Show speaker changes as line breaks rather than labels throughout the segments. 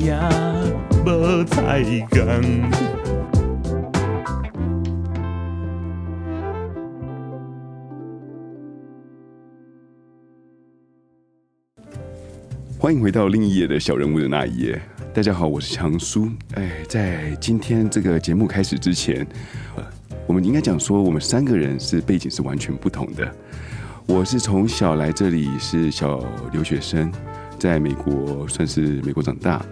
也无彩工。
欢迎回到另一页的小人物的那一页。大家好，我是强叔。哎，在今天这个节目开始之前，呃我们应该讲说，我们三个人是背景是完全不同的。我是从小来这里是小留学生，在美国算是美国长大。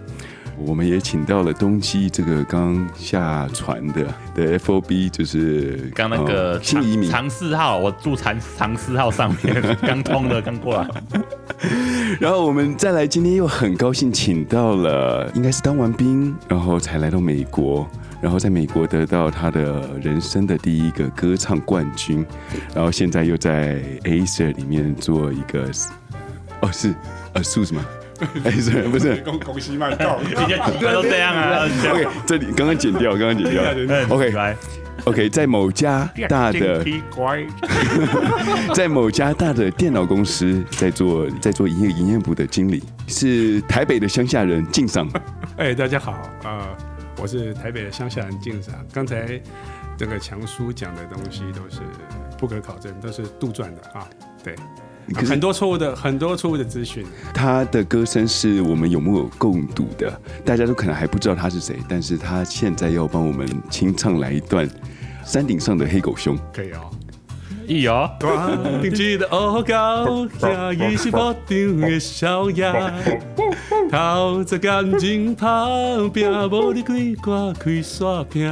我们也请到了东西这个刚下船的的 FOB，就是
刚那个
呃新移民，
长四号，我住长 长四号上面，刚通的，刚 过来。
然后我们再来，今天又很高兴请到了，应该是当完兵，然后才来到美国，然后在美国得到他的人生的第一个歌唱冠军，然后现在又在 Acer 里面做一个，哦是呃 s u s 吗 ？Acer 不 是
恭恭喜卖到，
人家几个都这样啊，
，OK，这里刚刚剪掉，刚刚剪掉
嗯
，OK
来，
OK，在某家大 的
奇怪，
在某家大的电脑公司在做在做营业营业部的经理，是台北的乡下人敬赏。
哎、大家好，呃，我是台北的乡下人静赏。刚才这个强叔讲的东西都是不可考证，都是杜撰的啊。对，
可是
很多错误的，很多错误的资讯。
他的歌声是我们有目有共睹的，大家都可能还不知道他是谁，但是他现在要帮我们清唱来一段《山顶上的黑狗熊》。
可以哦。
易友，
定居的鹅高架，一起保定的小 鸭，头在感情旁边，无你开歌开刷屏。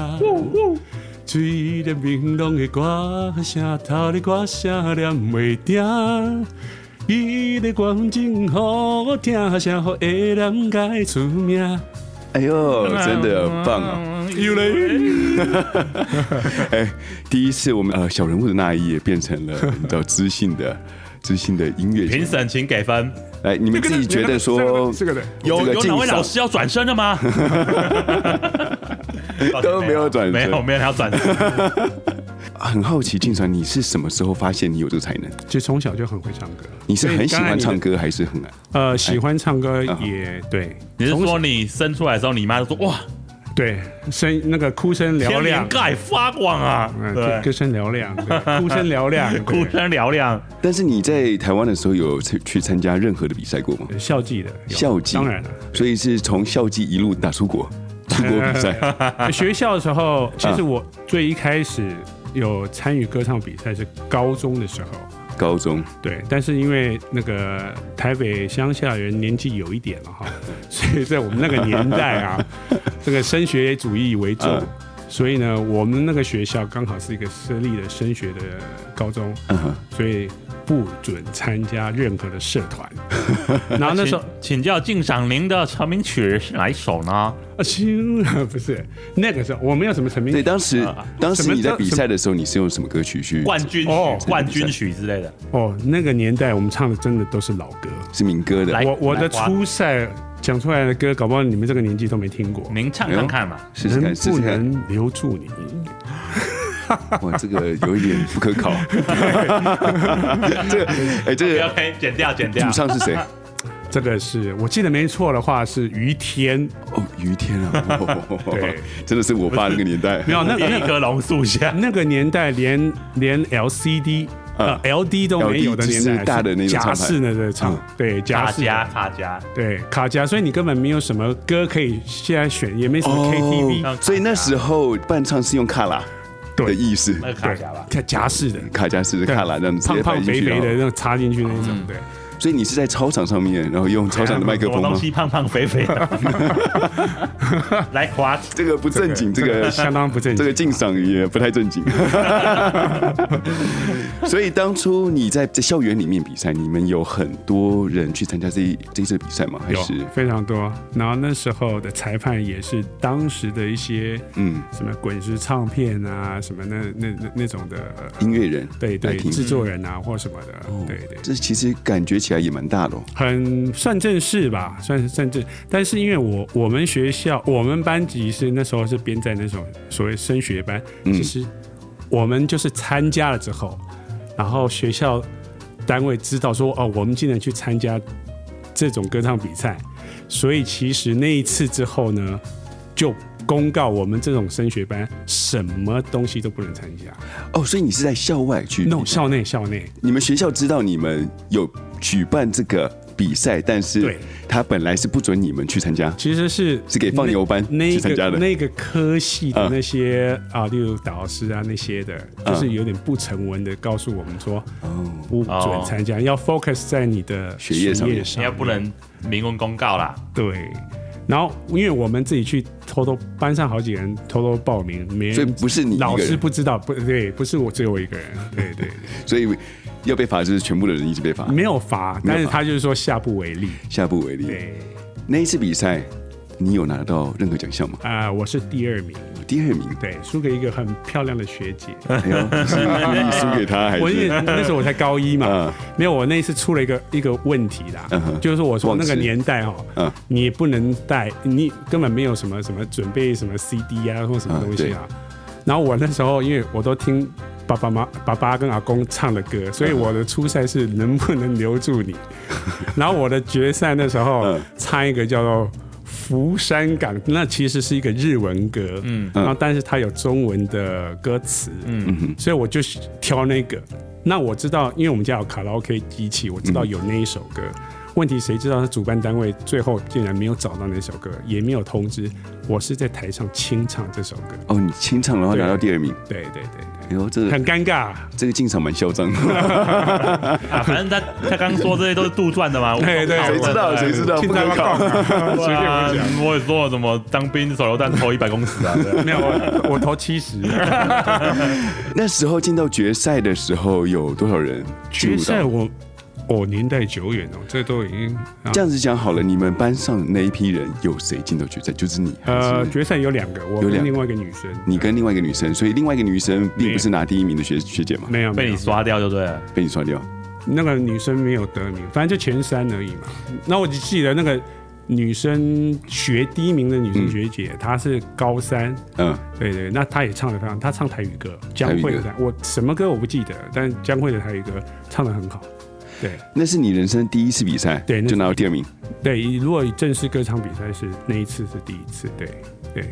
吹着明朗的歌声，头的歌声念袂停。伊的歌真好听，声好会人改出名。
哎呦，真的棒哦！
哦！
又 来，
哎第一次我们呃小人物的那一页变成了你知道知性的知性的音乐
评
节目。
审请给分，
来，你们自己觉得说
这个的
有
这个
有哪
敬
位老
赏
师要转身的吗？
都 没有转身
没有没有人要转 身，
很好奇，敬赏你是什么时候发现你有这个才能？
其实从小就很会唱歌。
你是很喜欢唱
歌？
歌还是很爱？
呃，喜欢唱歌
啊
也对，
你是
从
说你生出来的时候，你妈就说哇，
对声那个哭声嘹
天灵
亮，
盖发光啊，
嗯，
对
歌，声嘹 亮，对哭声嘹亮，
哭
对
声嘹亮，
但是你在台湾的时候有去去参加任何的比赛过吗？
校际的有
校际
当然了。
所以是从校际一路打出国，出国比 赛。
学校的时候，其实我最一开始有参与歌唱比赛是高中的时候，
高中
对，但是因为那个台北乡下人年纪有一点 了哈，所以在我们那个年代啊，这个升学主义为重
嗯，
所以呢，我们那个学校刚好是一个私立的升学的高中，
嗯哼
所以不准参加任何的社团。 然后那时候，
请请教敬赏您的成名曲是哪一首呢？
啊，亲，不是那个时候，我没有什么成名
对，。当时、
啊
当时
什么
你在比赛的时候，你是用什么歌曲去？
冠军
哦
曲、冠军曲之类的，
哦，那个年代我们唱的真的都是老歌。
是民歌的
来，
我我的
花
初赛讲出来的歌，搞不好你们这个年纪都没听过。
您
哎
唱唱看嘛。
试试
能
看，试
不
试看。
能留住你？
哇，这个有一点不可 考。这个，哎、这
不要
个
可以剪掉，剪掉
主。唱是 谁？
这个是我记得没错的话是于天，
哦，于天啊，
对，
真的是我爸那个年代
没有那个
一
那
棵榕树下，
那个年代连连 LCD
嗯
呃 LD 都没有的
LD
年代，
是大的那种
夹
唱盘
式的在唱
嗯，
对 夹
大
式的
家大家，
对卡夹，所以你根本没有什么歌可以现在选，也没什么 KTV，、
哦所以那时候伴唱是用卡拉的
对
意思，
那个卡
对
夹吧，
卡夹式的，
卡加式的卡拉这样子直
胖
接摆进
胖肥
去嗯
肥的
然
那
后
种插进去那种，对，
所以你是在操场上面，然后用操场的麦克
什
啊
么
风吗
东？西胖胖肥肥的， 来滑
这个不正经，这个
相当不正
这
经。
个敬赏也不太正经。 所以当初你在在校园里面比赛，你们有很多人去参加这一 这一次比赛吗？还
有
是
非常多，然后那时候的裁判也是当时的一些
嗯，
什么滚石唱片啊，什么那那那那种的，呃
音乐人
对对
来，听哦
制作人啊或什么的，对对，
这其实感觉起来也蛮大的、哦。
很算正式吧，算是算正。但是因为我我们学校我们班级是那时候是编在那种所谓升学班，
嗯
其实我们就是参加了之后，然后学校单位知道说哦，我们竟然去参加这种歌唱比赛，所以其实那一次之后呢，就公告我们这种升学班什么东西都不能参加。
哦，所以你是在校外去
no，校内校内，
你们学校知道你们有举办这个比赛，但是
对
他本来是不准你们去参加。
其实是
是给放牛班
那那
去参加
个
的嗯
那个科系的那些、啊，例如导师啊那些的，就是有点不成文的告诉我们说，不准参加，要 focus 在你的
哦学业上面
上
你要不能明文公告啦，
对。然后，因为我们自己去偷偷班上好几个人偷偷报名，没人
所以不是你一个人嗯
老师不知道，不对，不是我只有我一个人，对对对，
所以要被罚，就是全部的人一起被罚，
没有
没有罚
罚，
嗯
但是他就是说下不为例，
下不为例。
对
那一次比赛，你有拿到任何奖项吗？
啊、我是第二名，
第二名，
对，输给一个很漂亮的学姐，
哎呦，你你输给他还
我也
是？
那时候我才高一 嘛，
嗯
没有，我那一次出了一个一个问题啦，
嗯哼
就是我说
忘
那
词
个年代哦，
嗯
你不能带，你根本没有什么什么准备什么 CD 啊或什
嗯
么东西啊。然后我那时候因为我都听爸爸妈爸爸跟阿公唱的歌，所以
嗯
我的初赛是能不能留住你。然后我的决赛那时候
嗯
唱一个叫做。福山港，那其实是一个日文歌，嗯，然后但是它有中文的歌词，嗯，所以我就挑那个。那我知道，因为我们家有卡拉 OK 机器，我知道有那一首歌。问题谁知道他主办单位最后竟然没有找到那首歌，也没有通知我是在台上清唱这首歌。
哦，你清唱然后拿到第二名，
对对对
哎呦，这
对，
个
很尴尬。
这个进场蛮嚣张的，
啊，反正他他刚说这些都是杜撰的嘛，
对对
谁知道谁知道
哎清
啊不可
唱
考。
随
对
便
啊
我讲。，
我也说了什么当兵手榴弹投一百公尺啊，对
没有，我我投七十。
那时候进到决赛的时候，有多少人进入
决
到
赛我哦年代久远哦，这都已经啊
这样子讲好了，你们班上那一批人有谁进到决赛？就是你，
呃
还是
决赛有两个，我
有两
跟
个
另外一个女生，
你跟另外一个女生，所以另外一个女生并不是拿第一名的学学姐嘛，
没有
被
没有
你刷掉就对了。
被你刷掉。
那个女生没有得名，反正就前三而已嘛。那我只记得那个女生学第一名的女生学姐，她是高三，
嗯，
对对，那她也唱的非常，她唱台语歌，江蕙的
台
台，我什么歌我不记得，但江蕙的台语歌唱的很好。对
那是你人生第一次比赛，
对那是
就拿到第二名。
对，如果以正式歌唱比赛是那一次是第一次，对对，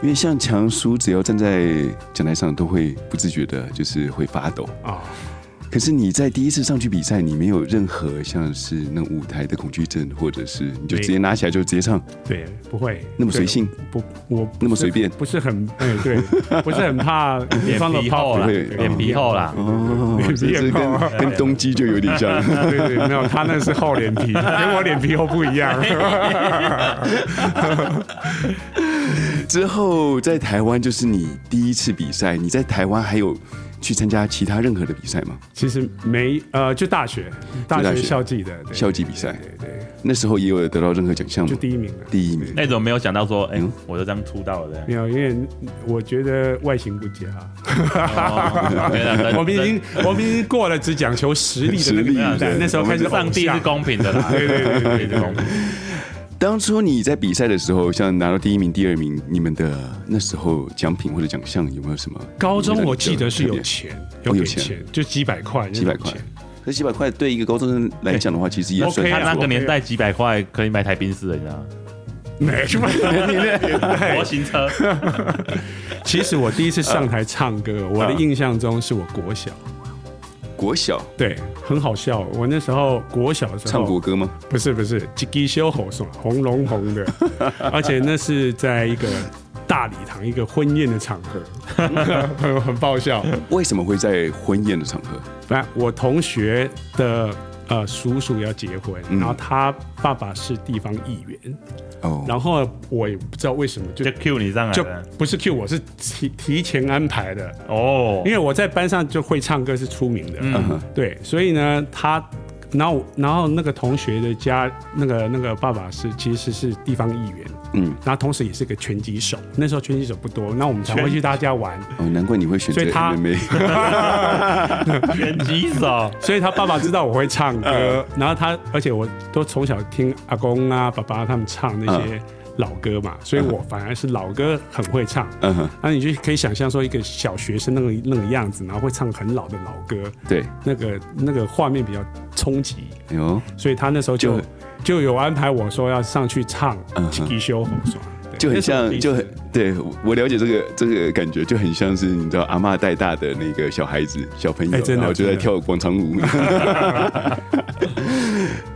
因为像强叔，只要站在讲台上，都会不自觉的，就是会发抖。
啊、
可是你在第一次上去比赛，你没有任何像是那种舞台的恐惧症，或者是你就直接拿起来就直接唱，
对，不会
那么随性，
不，我 不是
那么随 便
不是很哎、对，不是很怕对方的
脸皮厚
pop
啦，
对
脸皮厚啦，
哦，这这跟跟东基就有点像。
对对，没有，他那是厚脸 皮，跟我脸皮厚不一样。
之后在台湾就是你第一次比赛，你在台湾还有去参加其他任何的比赛吗？
其实没呃，就大学，大
大
学
学
校际的对
校际比赛
对对对，
那时候也有得到任何奖项
就
吗？
第一名了。
第一名，
那种没有想到说，哎
嗯，
我就这样出道了
没有，因为我觉得外形不佳，啊
对。
我们已经我们已经过了只讲求实力的那
实
个
力
年代
对，
那时候开始
上帝是
偶像
公平的啦，对对对对，是公平。
当初你在比赛的时候，像拿到第一名、第二名，你们的那时候奖品或者奖项有没有什么？
高中我记得是
特
有
别
钱，
哦
有
有
给
钱
钱，就几百块，
几百块，这几百块对一个高中生来讲的话，其实也算
OK
他
啊
那
不错。
个年代几百块可以买台宾士了，你知道吗？
没什么。
模型车，
其实我第一次上台唱
啊
歌，我的印象中是我国小，
国小
对，很好笑。我那时候国小的时候
唱国歌吗？
不是不是，吉吉修吼什么红龙红 的，而且那是在一个大礼堂一个婚宴的场合，很 很爆笑。
为什么会在婚宴的场合？
那我同学的呃叔叔要结婚，然后他爸爸是地方议员，
哦，
然后我也不知道为什么就
就 Q 你上来
就
了。
不是 Q 我是提提前安排的，
哦
因，为我在班上就会唱歌是出名的，嗯
哼
对，所以呢，他，然后然后那个同学的家，那个那个爸爸是其实是地方议员，嗯，然后同时也是个拳击手，那时候拳击手不多，那我们常会去他家玩，
哦，难怪你会选择
所以他
MMA。
拳击手，
所以他爸爸知道我会嗯唱歌，然后他，而且我都从小听阿公啊、爸爸他们唱那些老歌嘛，所以我反而是老歌很会唱。
嗯哼，
那你就可以想象说一个小学生那个那个样子，然后会唱很老的老歌，
对，
那个那个画面比较冲击，
哎呦，
所以他那时候就
就
就有安排我说要上去唱
嗯哼
《吉修红爽》对，
就很
那是我
像
第，一
就
次
很对我了解这个这个感觉，就很像是你知道阿嬷带大的那个小孩子小朋友，
哎真的
然后就在
真的
跳广场 舞。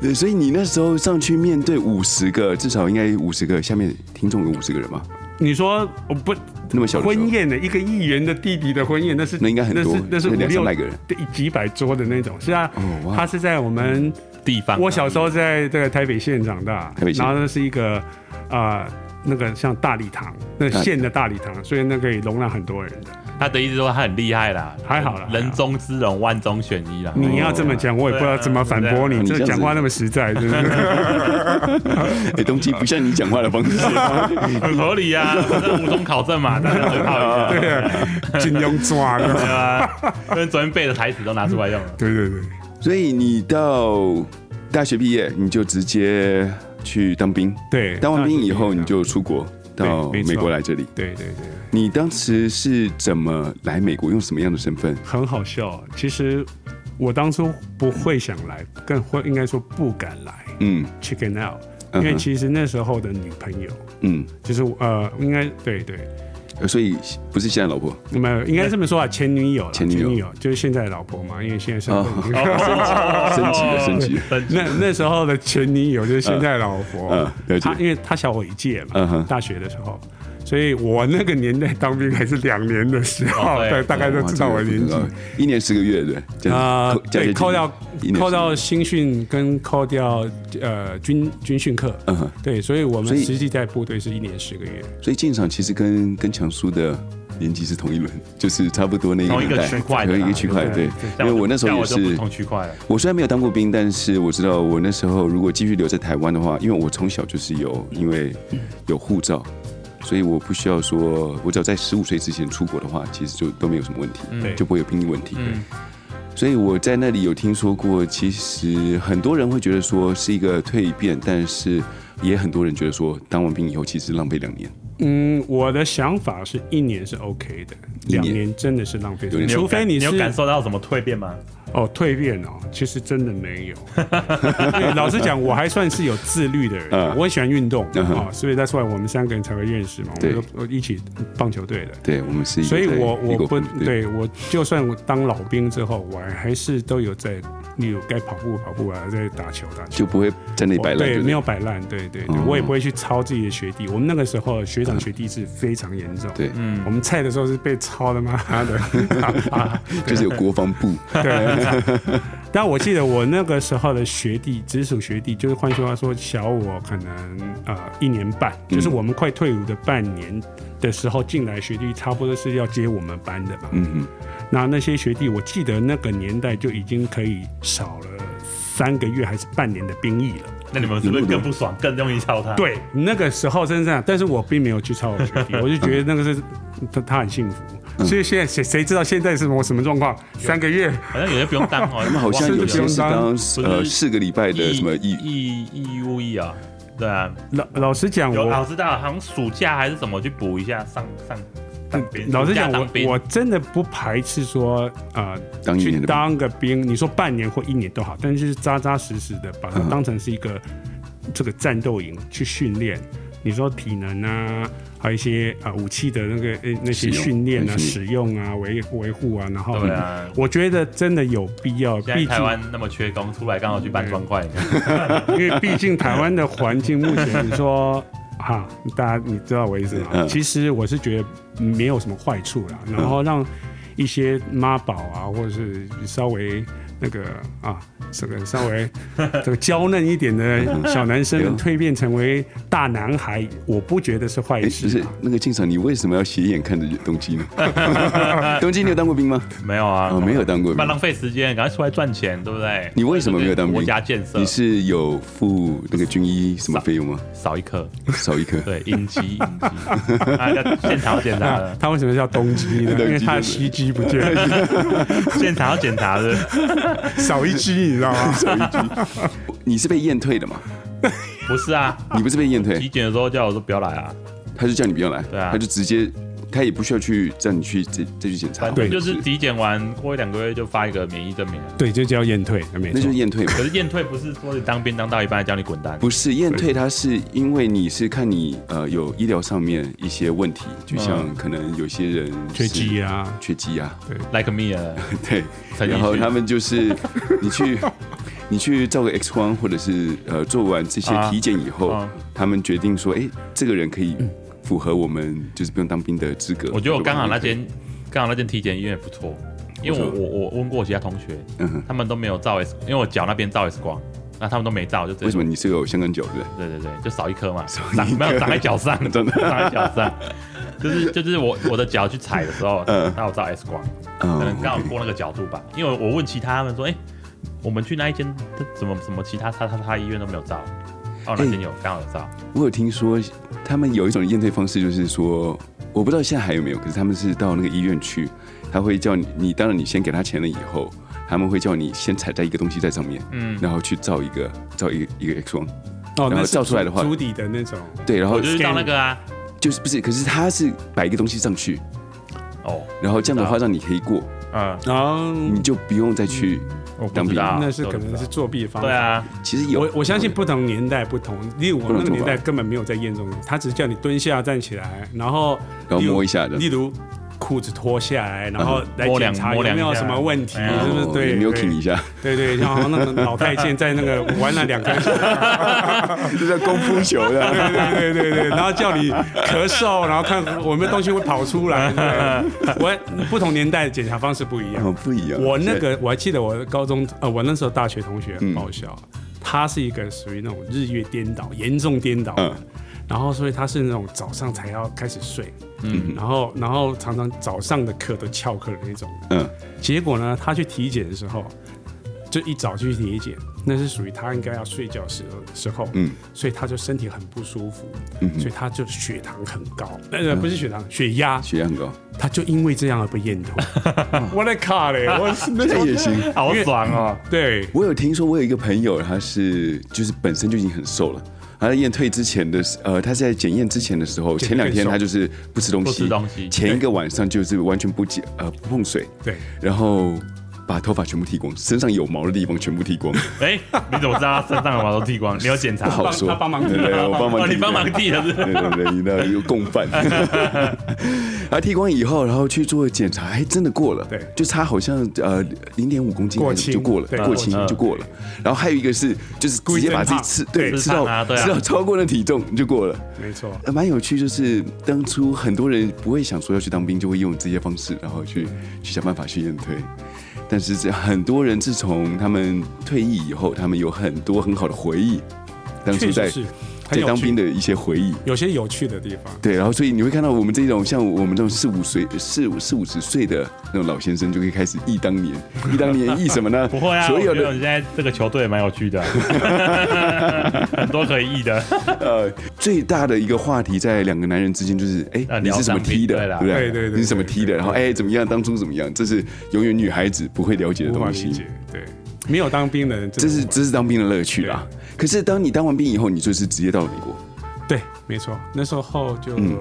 对，所以你那时候上去面对五十个，至少应该五十个，下面听众有五十个人嘛？
你说我不
那么小的时候
婚宴的一个议员的弟弟的婚宴，那是
那应该很多
那是
那
那是五
两三
六
百个人，
对几百桌的那种。是啊
哦，哇
他是在我们
地方啊。
我小时候在这个台北县长大，
台北县
然后那是一个啊、呃那个像大礼堂，那
大礼堂
县的大礼堂，所以那可以容纳很多人的。
哦
他的意思说他很厉害啦，
还好啦还
人
好
中之龙，万中选一啦。
你要这么讲，我也不知道怎么反驳
对
你，
你这
这
样子
讲话那么实在，真的
哎，东基不像你讲话的方 式，
很合理呀、啊，反正无从考证嘛，大家参考一下。
对啊，金庸抓的，
对 吧？跟昨天背的台词都拿出来用了。
对对对。
所以你到大学毕业，你就直接去当兵。
对，
当完兵以后，
那
你就出国到
对没错
美国来这里。
对对对，
你当时是怎么来美国？用什么样的身份？
很好笑。其实我当初不会想来，更会应该说不敢来
嗯
Chicken Out，
嗯
因
哼
为其实那时候的女朋友
嗯，
就是我呃，应该对对，
呃所以不是现在老婆，
没有应该这么说啊，前女友啦，
前
前
女友
女友就是现在的老婆嘛，因为现在是
哦升级了，升级了。
哦升级
那那时候的前女友就是现在的老婆
嗯，嗯了解
她因为她小我一届
嗯
嘛
哼，
大学的时候。所以我那个年代当兵还是两年的时候，
哦对
对，大概都
哇
知道我的
这个不
年
知
纪
道。一年十个月对，这样
啊、
扣加起
对，
来
扣掉
一年
扣
十个
掉
月
新训跟扣掉呃军军训课，
嗯哼，
对，所以我
所
们
以
实际在部队是一年十个月，
所以进场其实跟跟强叔的年纪是同一轮，就是差不多那个
同一
年
个
代，
区块的
同
啦
一个区块对因
对。
为我那时候也
像我就是不同区块了，
我虽然没有当过兵，但是我知道我那时候如果继续留在台湾的话，因为我从小就是有因为有护照，所以我不需要说，我只要在十五岁之前出国的话，其实就都没有什么问题，
嗯
就不会有兵役问题。
嗯，
所以我在那里有听说过，其实很多人会觉得说是一个蜕变，但是也很多人觉得说当完兵以后其实浪费两年。
嗯，我的想法是一年是 OK 的，
一年
两年真的是浪费时
有
间，
点
除非你
有
是
感受到什么蜕变吗？
哦蜕变哦，其实真的没有。 对老实讲，我还算是有自律的人，
嗯
我很喜欢运动啊、
嗯哼
哦，所以那出来我们三个人才会认识嘛，我
对
们都我一起棒球队的，
对我们是一个
所以
在
我
异
我
国
不
婚姻
对我，就算我当老兵之后，我还是都有在，例如该跑步跑步啊，在打球打球
就。不会在那里
我
摆烂，
哦对，
不
没有摆烂，对对对，
哦
我也不会去抄自己的学弟。我们那个时候学长学弟制非常严重，
对，
我们菜的时候是被抄的妈 的。啊
就是有国防 部，
对，但我记得我那个时候的学弟，直属学弟，就是换句话说，小我可能呃一年半，就是我们快退伍的半年的时候进来学弟，差不多是要接我们班的嘛。
嗯
那那些学弟，我记得那个年代就已经可以少了三个月还是半年的兵役了。
那你们是不是更不爽，更容易敲
啊
他？，
对，那个时候真是这样，但是我并没有去抄我学 弟，我就觉得那个是他他很幸
嗯
福。所以现在谁谁知道现在是什么什么状况？三个月
好像有些不用当哦，
他们好像有些是当
不
呃
是
四个礼拜的
义
什么义
义义务役啊，对啊，
老老实讲，
有
我
老知道，好像暑假还是什么去补一下上上
嗯
当兵。
老实
暑假
讲，
当兵
我我真的不排斥说啊、
当一
去
年的兵，
当个兵，你说半年或一年都好，但是就是扎扎实实的把它
嗯
当成是一个、这个战斗营去训练。你说体能啊，还有一些啊、武器的那个呃那
使
些
用嗯
训练啊、
训
使用啊、维维护啊，然后
对啊
我觉得真的有必要，
现
毕
在台
竟
湾那么缺工，出来刚好去搬砖块，
嗯
因为毕竟台湾的环境目前你说。哈，大家你知道我意思吗
嗯？
其实我是觉得没有什么坏处啦，然后让一些妈宝啊，或者是稍微那个啊，这个稍微 这个娇嫩一点的小男生们蜕变成为大男孩，我不觉得是坏
哎，不
事
是
啊。
那个进场，你为什么要斜眼看着东基 呢？东基，你有当过兵吗？
没有啊，
啊，没有，当过
不然
兵。
浪费时间，赶快出来赚钱，对不对？
你为什么没有当兵
国家建设，
你是有付那个军医什么费用吗？
少一颗，
少一颗。
对，应急应急，啊，要现场要检查的，
他为什么叫东鸡 呢？
东
因
鸡
为他的
就是
西鸡不 见了，
现场要检查的，
少一鸡，你知道吗？
你是被验退的嘛？
不是啊，
你不是被验
体
退，
检的时候叫我说不要来啊，
他就叫你不要来，
对啊
他就直接，他也不需要去叫你去再再去检查，
反正就是是体检完过一两个月就发一个免疫证明啊。
对，就叫验退，没
那就
错
是。验退嘛。
可是验退不是说你当兵当到一半还叫你滚蛋，
不是验退，它是因为你是看你呃有医疗上面一些问题，就
嗯
像可能有些人
缺
是
鸡啊，
缺鸡啊，
like me 啊，
对，
陈奕
然后
迅
他们就是 你去你去照个 X 光，或者是呃做完这些体检以后，
啊
他们决定说，哎、这个人可以符合我们就是不用当兵的资格。
我觉得我刚好那
些，
间刚好那间体检医院也不错，因为我我我问过我其他同学，
嗯哼，
他们都没有照 X，因为我脚那边照 X 光，那他们都没照，就直接
为什么你是有香港脚的？
对对对，就少一颗嘛，
一
长
颗
没有长在脚上，
真的
长在脚上，就是就是我我的脚去踩的时候，
嗯
那我照 X 光，可
嗯
能刚好过那个角度吧，因为我问其他他们说，哎，我们去那一间怎么怎么其他他他他医院都没有照，哦那间有刚好有照，
我有听说他们有一种验退方式，就是说，我不知道现在还有没有，可是他们是到那个医院去，他会叫你，你当然你先给他钱了以后，他们会叫你先踩在一个东西在上面，
嗯，
然后去照一个照一个一个 X 光，
哦，
然后
那是
照出来的话
足底的那种，
对，然后
我就是照那个啊，
就是不是，可是他是摆一个东西上去，
哦，
然后这样的话让你可以过，
嗯，
哦，
你就不用再去。
我不
当
知
兵
道，
那是可
我
能
不知
是
道
作弊的方法。
对啊，
其实有
我我相信不同年代不同，例如我
不同
那个
做
年代
法
根本没有在验这种东西，他只是叫你蹲下站起来，然后
然后
例如
摸一下的
例如裤子脱下来，然后来
摸
检
两
查有
摸
没
两
有
下
什么问题，
哎呀
哦
是不是？对，
有没有
对
挺一下？
对对，然后那个老太监在那个玩了两个小时，
这叫功夫球的，
对对对对，然后叫你咳嗽，然后看有没有东西会跑出来。 对我不同年代的检查方式不一样，
哦不一样。
我那个我还记得，我高中呃，我那时候大学同学很
嗯
爆笑，他是一个属于那种日夜颠倒、严重颠倒的，
嗯
然后所以他是那种早上才要开始睡，
嗯
然后然后常常早上的课都翘课的那种。
嗯，
结果呢，他去体检的时候，就一早去体检，那是属于他应该要睡觉时时候，
嗯
所以他就身体很不舒服，
嗯哼嗯
所以他就血糖很高，呃，不是血糖，血压，
血压很高，
他就因为这样而被 验退。我的靠嘞，我是 那
这
种
样也行。
好爽哦，
对。
我有听说，我有一个朋友，他是就是本身就已经很瘦了。他在验退之前的时，呃，他是在检验之前的时候，
减
前两天
更瘦
他就是不吃东西，
不吃东西
前一个晚上就是完全不接，呃，不碰水，
对，
然后把头发全部剃光，身上有毛的地方全部剃光，
哎，你怎么知道他身上的毛都剃光？你有检查
不？ 好
帮
说。
他帮忙剃
对对，我帮忙
哦，
剃，
你帮忙剃的 是不是？
对对对，你那有共犯。他剃光以后，然后去做检查，哎，真的过了，
对
就差好像呃零点五公斤
过
还是就
轻
过了
对，
过轻
嗯
就过了。然后还有一个是，就是直接把自己吃，对，
故
意
吃
增
到
胖对吃胖啊对啊
吃到超过那体重就过了。
没错，
呃蛮有趣，就是当初很多人不会想说要去当兵，就会用这些方式，然后去去想办法去验退。但是这很多人自从他们退役以后，他们有很多很好的回忆，当初
确
在
实是很
在
有
当
趣
兵的一些回忆。
有些有趣的地方。
对，然后所以你会看到我们这种像我们这种四五岁、四五四五十岁的那种老先生，就可以开始忆当年，忆当年忆什么呢？
不会啊，
所
我觉
有
得
的
你现在这个球队也蛮有趣的，啊很多可以议的。
呃，最大的一个话题在两个男人之间就是，
啊
哎，你是什么踢的，
聊
对
当
不对？
兵
对对对对
你是什么踢的？
对
然后哎，怎么样？当初怎么样？这是永远女孩子不会了解的
无法
东
理
西
解，，对，没有当兵的人真
这
的无
是
法，
这是当兵的乐趣啦。可是当你当完兵以后，你就是直接到了美国，
对，没错。那时候就因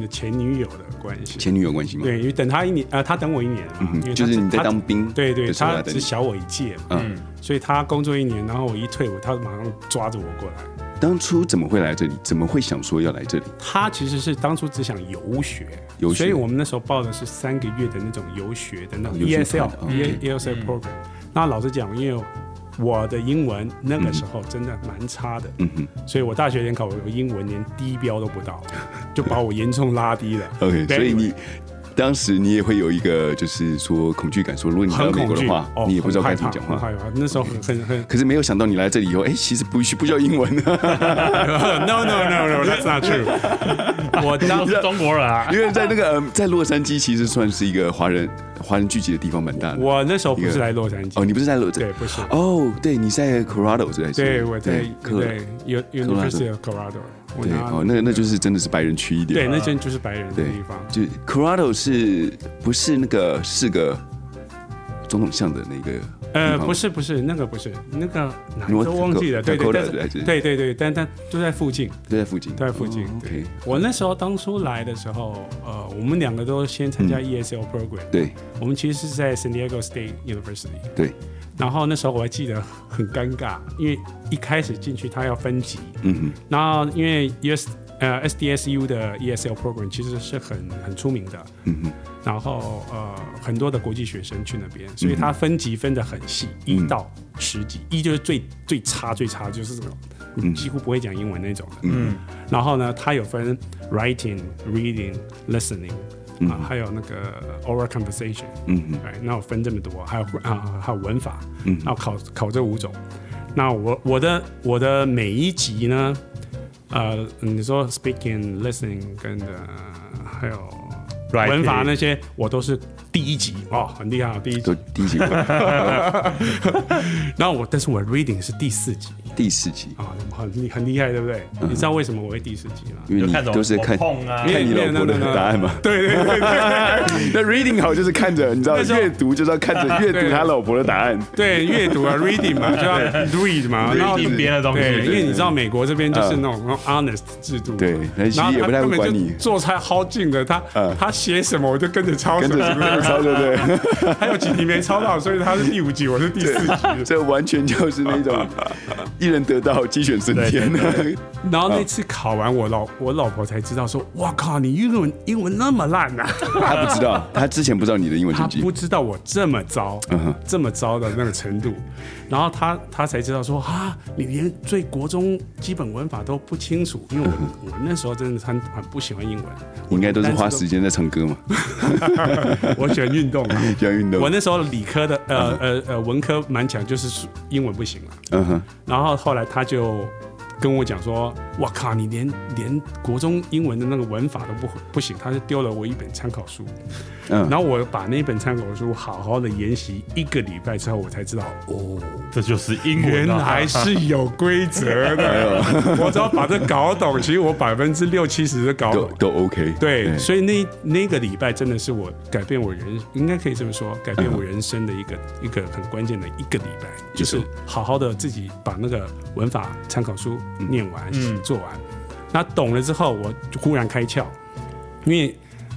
为前女友的关系，
嗯前女友关系吗？
对，因为等他一年啊，他等我一年嘛，因
嗯，
为他
就是你在
他
当兵
对对，
的时候
他
来等你，
只小我一届嘛，
嗯，
所以他工作一年，然后我一退伍，他马上抓着我过来。
当初怎么会来这里？怎么会想说要来这里？
他其实是当初只想游学，
游学
所以我们那时候报的是三个月的那种游学的那种
游学
ESL
团哦
E ESL program。那老实讲，因为我的英文那个时候真的蛮差的，
嗯哼。
所以我大学联考我英文连低标都不到， 就把我严重拉低 了。
OK，
对
所以你当时你也会有一个就是说恐惧感，说如果你到
很
美
恐
国
惧
的话，
哦
你也不知道该
很害
怎
怕
么讲
很
话。
害怕。那时候很很 很
可是没有想到你来这里以后，哎，其实不需不需要英文的，
no no no no，that's not true。我当
都是中国人啊，
因为在那个、呃、在洛杉矶其实算是一个华人华人聚集的地方蛮大的。
我那时候不是来洛杉
哦，
矶，
你不是在洛
对，不是，
哦，对，你在 Colorado 是在
对，我在
克
对 U University of Colorado，我
对
拿
哦，那啊那就是真的是白人区一
对，
点。
那间就是白人的地方。
就 Colorado 是不是那个四个总统像的那个
呃，
地方
不是不是，那个不是那个，哪
挪
都忘记了，
改
对
口
对，
了
但
还
是
是
对对对，但但就在附近，
都在附近，
都在附近
哦。
对
OK，，
我那时候当初来的时候，呃，我们两个都先参加
嗯
ESL program，
对
我们其实是在 San Diego State University。
对，
然后那时候我还记得很尴尬，因为一开始进去他要分级，
嗯
然后因为 US 呃 SDSU 的 ESL program 其实是很很出名的，
哼嗯哼
然后呃很多的国际学生去那边，所以它分级分得很细，
嗯
一、到十级，一就是最最差最差就是这种
嗯
你几乎不会讲英文那种的，
嗯，
然后呢，它有分 writing、reading、listening。啊，还有那个 oral conversation，
嗯哼
哎，那我分这么多，还有啊，还有文法，嗯，那我考考这五种。那我我的我的每一集呢，呃，你说 speaking、listening 跟的还有
Writing
文法那些，我都是第一集哦，很厉害啊，第一
都
集。
第几个？
然后我，但是我 reading 是第四集
第四 集，
啊，很厉很厉害，对不对？你知道为什么我会第四集吗？
因为
就
你
看什么
都是
我
看
碰啊
看你老婆的答案嘛。
对对对对
那 reading 好就是看着，你知道
那时候
阅读就是要看着阅读他老婆的答案。
对，阅读 啊，reading 嘛，就要 read 嘛，然后
听别的东西，
对，因为
对
你知道美国这边就是那种那种 honest 制度嘛，
嗯对但其实
然后
也
他
不太会
根本
管
就
你
做菜好近的，他
嗯
他写什么我就跟着抄什
跟着
么，
抄，对不 对？
还有几题没抄到，所以他是第五集，我是第四集。
这完全就是那种一人得道鸡犬升天的。
然后
嗯
那次考完，我老我老婆才知道说，哇靠，你英文英文那么烂啊！
他不知道，他之前不知嗯道你的英文
他
成绩
不。知道我这么糟，这么糟的那个程度，然后他他才知道说啊，你连最国中基本文法都不清楚，因为我、我那时候真的很很不喜欢英文，
嗯你应该都是花时间在唱歌嘛，
我喜欢运动 啊。
要运动
我。那时候理科的呃呃呃文科蛮强，就是数英文不行了。
嗯哼，
然后后来他就跟我讲说：“我靠，你连连国中英文的那个文法都不会不行。”他就丢了我一本参考书，
嗯
然后我把那本参考书好好的研习一个礼拜之后，我才知道哦，
这就是英
原
文啊
来是有规则 的。哎我只要把这搞懂，其实我百分之六七十都搞
都
懂。
都 OK。
哦对，
哎
所以那那个礼拜真的是我改变我人，应该可以这么说，改变我人生的一个、一个很关键的嗯一个礼拜，就是好好的自己把那个文法参考书念完、做完。那懂了之后，我就忽然开窍，因为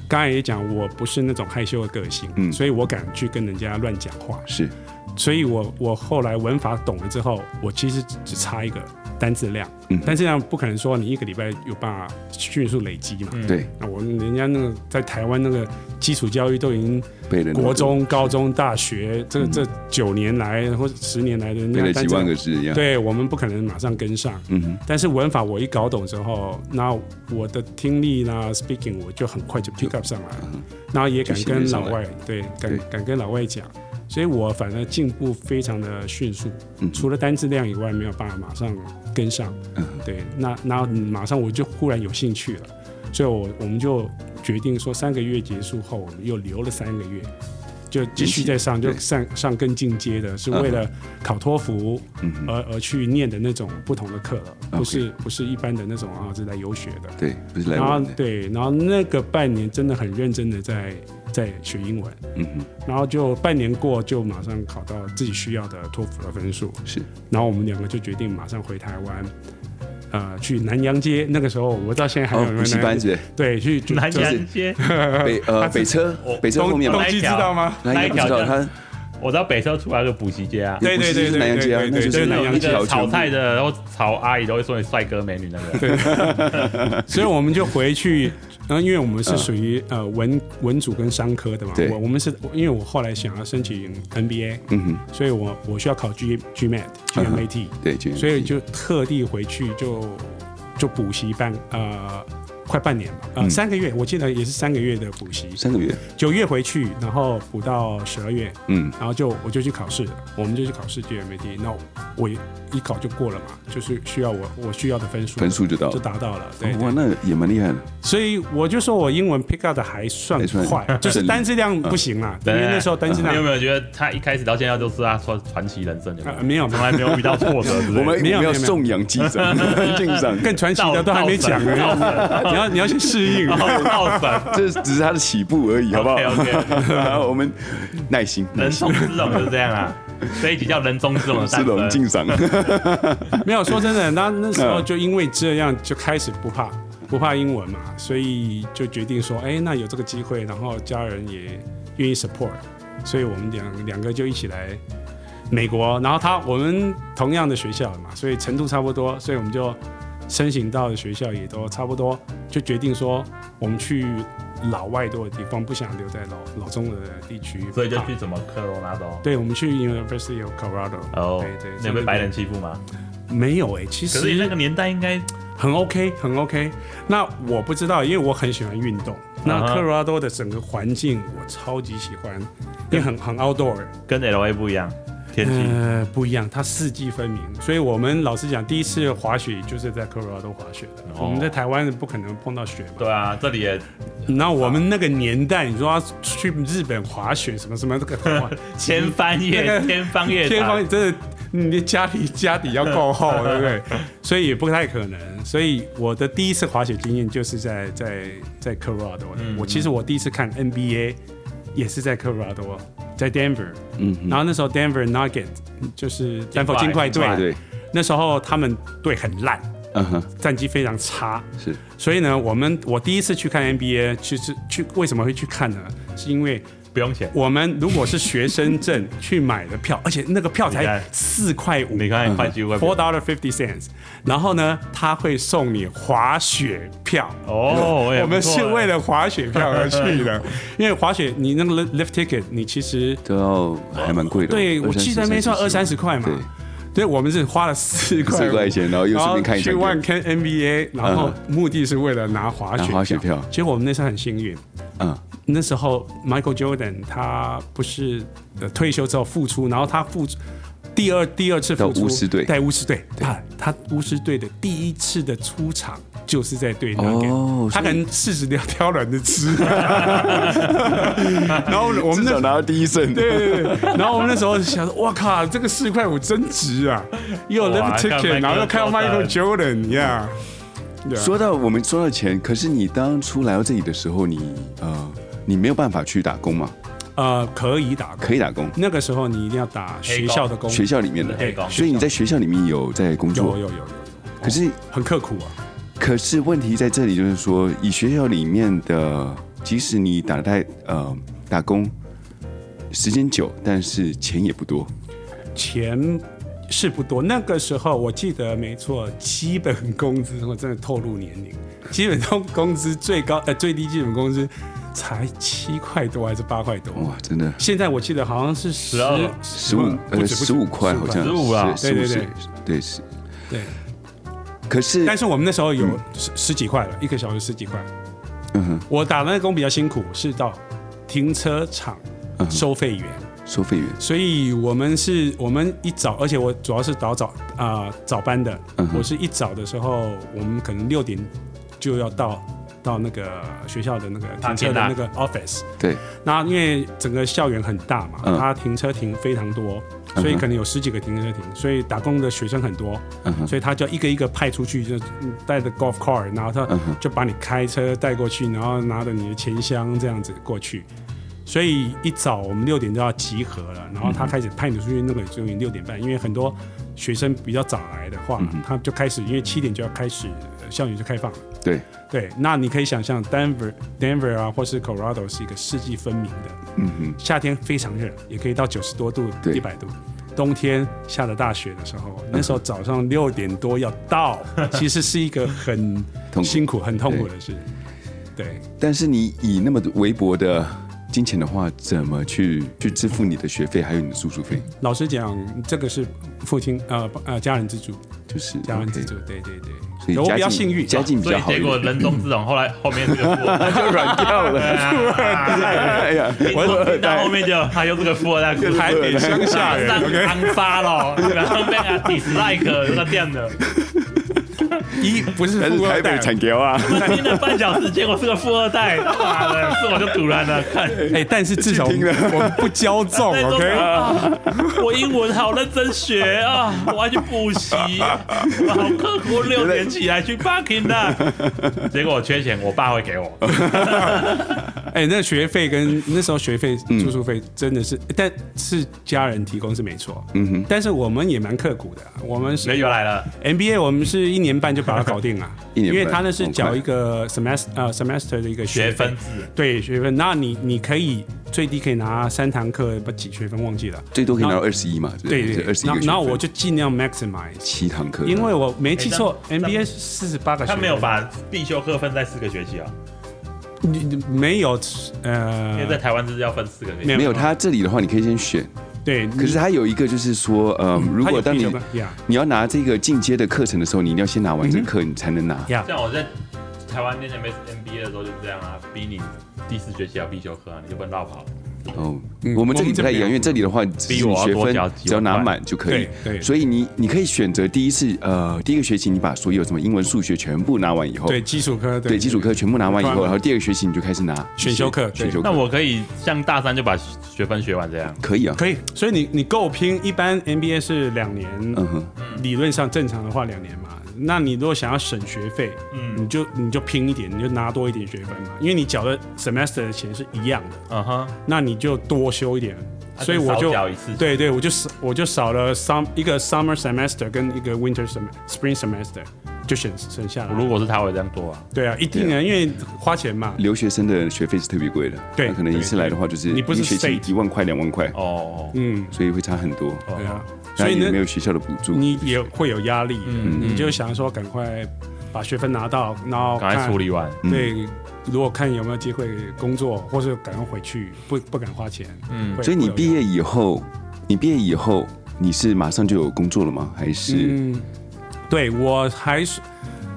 刚才也讲，我不是那种害羞的个性，
嗯
所以我敢去跟人家乱讲话。
是
所以我我后来文法懂了之后，我其实只只差一个单字量，
嗯
单字量不可能说你一个礼拜有办法迅速累积嘛。
对
那我人家那个在台湾那个基础教育都已经
背了那么多嗯
国中、高中、大学，这这九年来或者十年来的
背
那
了几
个单字
万
量
个字一样。
对我们不可能马上跟上。
嗯哼，
但是文法我一搞懂之后，那我的听力啦、speaking 我就很快就 pick up 上来，然后也敢跟老外对
对
敢敢跟老外讲，所以我反而进步非常的迅速，
嗯
除了单字量以外，没有办法马上跟上。
嗯
对，那那马上我就忽然有兴趣了，所以我我们就决定说三个月结束后，我们又留了三个月。就继续再上，
对
就上上更进阶的，是为
嗯
了考托福而而去念的那种不同的课了，不是不是一般的那种啊，是来游学的。
对，不是来
然后
玩的。
对，然后那个半年真的很认真的在在学英文，
嗯哼，
然后就半年过就马上考到自己需要的托福的分数，
是
然后我们两个就决定马上回台湾，呃，去南洋街。那个时候我到现在还有
哦
没有，
补习
南洋
班
街
是
对，去 就
南
就是
洋街，
北呃北车
我
北车后面嘛
东，基知道吗？
他应该不知
那
道
一条
他
我知道北车出来就补习街啊。
对对对对
南洋街啊
对
那
对
就
对
是
对
南
南
洋
洋
那
街
街。
个炒菜的，然后炒阿姨都会说你帅哥美女那个。
对，所以我们就回去，然后因为我们是属于呃文文组跟商科的嘛
嗯对，
我我们是因为我后来想要申请 NBA，
嗯哼，
所以我我需要考 G GMAT
嗯哼
GMAT，
对，就
所以就特地回去就就补习半呃快半年吧，呃
嗯
三个月，我记得也是三个月的补习，
三个月，
九月回去，然后补到十二月，
嗯
然后就我就去考试了，我们就去考试 GMAT，那我一考就过了嘛，就是需要我我需要的分数，
分数就哦到了
就达到了，对，
哇，那也蛮厉害的。
所以我就说我英文 pick up 的还算
还算 嗯
快，就是单字量不行啦，因
对
为那时候单字
你有
量
没有觉得他一开始到现在都是他传传奇人生？有没 有
呃？没 有
从来没有遇到挫折之类的。
我们我
没有
们要
没有
颂扬记者，敬赏。
更传奇的都还没讲
造
呢。
造神
你要你要先适 应。
哦好闹翻，
这只是他的起步而已，好不好
OK，OK
我们耐心，耐
人
心
中，之龙就是这样 啊。这一集叫人中之龙的
是
诞
龙
生，
敬赏。
没有说真的，那
嗯
那时候就因为这样就开始不怕不怕英文嘛，所以就决定说，哎，那有这个机会，然后家人也愿意 support，所以我们两两个就一起来美国，然后他我们同样的学校嘛，所以程度差不多，所以我们就申请到的学校也都差不多，就决定说我们去老外多的地方，不想留在老老中的地区，
所以就
怕
去什么科罗拉多。
对，我们去 University of Colorado。
哦
对对，，
那有被白人欺负吗？
没有哎、其实
可是那个年代应该
很 OK，很 OK。那我不知道，因为我很喜欢运动。那
啊哈
科罗拉多的整个环境我超级喜欢，因为很很 outdoor，
跟 L A 不一样，天气
呃，不一样，它四季分明。所以我们老实讲，第一次滑雪就是在科罗拉多滑雪的。
哦
我们在台湾不可能碰到雪嘛。
对啊，这里也
那我们那个年代，你说要去日本滑雪什么什么这个哇，
千帆
那
夜
个
天方夜
天
谭
方，真的，你的家里家底要够厚，对不对？所以也不太可能。所以我的第一次滑雪经验就是在在在 Colorado 的。
嗯
我其实我第一次看 NBA 也是在 Colorado，在 Denver。嗯，然后那时候 Denver Nugget 就是丹佛金块
金块
队，
对，
那时候他们队很烂，
嗯哼，
战绩非常差。
是
所以呢，我们我第一次去看 NBA，其实去为什么会去看呢？是因为
不用钱。
我们如果是学生证去买的票，而 且那个票
你
才
看
四块五
你看会计会不
，four dollar fifty cents，然后呢，他会送你滑雪票。
哦，也
我
不
们
错
是
欸
为了滑雪票而去 的，因为滑雪你那个 lift ticket，你其实
都要还蛮贵的。
对
二
我
三十
记得没错，二三十块嘛
对。
对，我们是花了四块
四块钱然后又顺便看一下
去万坑 NBA，然后目的是为了拿滑雪
拿滑雪票
结果我们那时候很幸运，
嗯，
那时候 Michael Jordan 他不是呃退休之后复出，然后他复出第二第二次复
到
出
巫师队
在巫师队，他他巫师队的第一次的出场就是在对 n
哦
u g
所以
他可能四十条 挑软的吃， 然后我
我们
们
至
那
少拿到第一胜。
对对对， 然后我们那时候想说，哇靠，这个四块五真值啊！又有 l e v
哇
e ticket，
看 Michael
然后又看到 Michael Jordan 呀、yeah，
说到我们说到钱，可是你当初来到这里的时候，你呃，你没有办法去打工嘛？
呃，可以打工，
可以打工，
那个时候你一定要打学校的工，
学校里面的
可以打工
所以你在学校里面有在工
有
作
有，有有有，
可是
很刻苦啊。
可是问题在这里，就是说，以学校里面的，即使你打在呃打工时间久，但是钱也不多。
钱是不多。那个时候我记得没错，基本工资我真的透露年龄， 基本工工资最高呃最低基本工资才七块多还是八块多。
哇，真的
现在我记得好像是十
12
十五
不
呃
止
十五块好像
15啊
十
对
五
对
是，对是。
对。
可是
但是我们那时候有十十几块了，一个小时十几块。
嗯哼，
我打那个工比较辛苦，是到停车场
嗯
收费员。
收费员
所以我们是我们一早，而且我主要是早早啊、早班的，
嗯哼
我是一早的时候，我们可能六点就要到到那个学校的那个停车的那个 office。
对，
那因为整个校园很大嘛，
嗯
它停车停非常多，
哼
所以可能有十几个停车亭，所以打工的学生很多，
嗯哼
所以他就一个一个派出去，就嗯带着 golf car，然后他
嗯哼
就把你开车带过去，然后拿着你的钱箱这样子过去。所以一早我们六点就要集合了，然后他开始派你出去，那个就六点半，因为很多学生比较早来的
嗯
话，他就开始，因为七点就要开始呃校园就开放了。
对，
对，那你可以想象 Denver、Denver 啊，或是 Colorado 是一个四季分明的，
嗯哼，
夏天非常热，也可以到九十多度、
对嗯
一百度。冬天下着大雪的时候，那时候早上六点多要 到，其实是一个很
痛苦
辛苦、很痛苦的事。对，
但是你以那么微薄的金钱的话，怎么去去支付你的学费还有你的住宿费？
老实讲，这个是父亲呃呃家人资助，
就是
家人资
OK，
助，对对对。
所以
我
家
比较
境
幸运，
家境比
所
较
以
好一
结
点。
果人中之龙，后来后面这个富二 代就软掉
哎
了，
我
我到后面就他用这个富二代故事
台北乡下人
马上
，OK，
昂发了，然后被他 dislike 那个店的，
一不是
但是
富
台
二
北
代，
产条啊，
听了半小时，结果是个富二代，妈的，是我就突然 了，看。
哎，但是至少我
去听了
们不骄纵
在中
，OK？
啊我英文好认真学啊，我还去补习，我好刻苦，六点起来去 fucking 的，结果我缺钱，我爸会给我。
哎，那学费
嗯
跟那时候学费、住宿费真的是，但是家人提供是没错，嗯哼，但是我们也蛮刻苦的啊，我们是
人又来了，
MBA 我们是一年半就把它搞定了，
一年
因
半
为他那是
很
缴
快
一个 semester 呃 semester 的一个
学
学费
分制，
对学分，那你你可以最低可以拿三堂课不几学分忘记了，
最多可以拿
然
到
后
二十一嘛，是不是
对对
二十一
然
个学
后
分，
然后我就尽量 maximize，
七堂课，
因为我没记错
哎那
MBA 是四十八个学
他
分，
没有把必修课分在四个学期啊，
你你没有
因为在
呃
台湾就是要分四个学期
没。
没有他这里的话，你可以先选，
对，
可是他有一个就是说，呃，
嗯
如果当你
呀
你要拿这个进阶的课程的时候，你一定要先拿完
嗯
这个课，你才能拿。
呀
像我在台湾念 MS MBA 的时候就是这样啊，逼你第四学期要必修课啊，你就不能绕跑。
哦
嗯，
我们这
我
里
们这
不太一
边
样，因为这里的话，只
逼
是
我
你
要
学
多交
分
几
只要
万
拿
块
满就可以
对。对
所以你你可以选择第一次，呃，第一个学期你把所有什么英文、数学全部拿完以后，
对基础科
哦对基础课全部拿完以
突然
后，然后第二个学期你就开始拿
选修课对
选修
那
课
我可以像大三就把学分学完这样，
可以啊，
可以，所以你你够拼，一般 MBA 是两年，
嗯哼，
理论上正常的话两年嘛。那你如果想要省学费，嗯，你就你就拼一点，你就拿多一点学分嘛，因为你缴的 semester 的钱是一样的，
嗯哼，
那你就多修一点。
啊
所以我
少
就
缴一次
对对，我就少我就少了 some 一个 summer semester 跟一个 winter semester spring semester 就省省下
如
哦
来。
果是他，我也这样做啊。
对啊，一定啊，因为花钱嘛。
留学生的学费是特别贵的，
对
那可能一次来的话就是
你
一
不
个
是
学期
state
一万块、两万块，
哦，
嗯，
所以会差很多。
哦
对啊，
然
所
后
以
也没
呢，
有学校的补助，
你也会有压力，
嗯
你就想说赶快把学分拿到，然后
赶快
看
处理完。
嗯
对，如果看有没有机会工作，或是赶快回去，不不敢花钱。嗯，
所以你毕业以后，你毕业以后你是马上就有工作了吗？还是
嗯，对我还是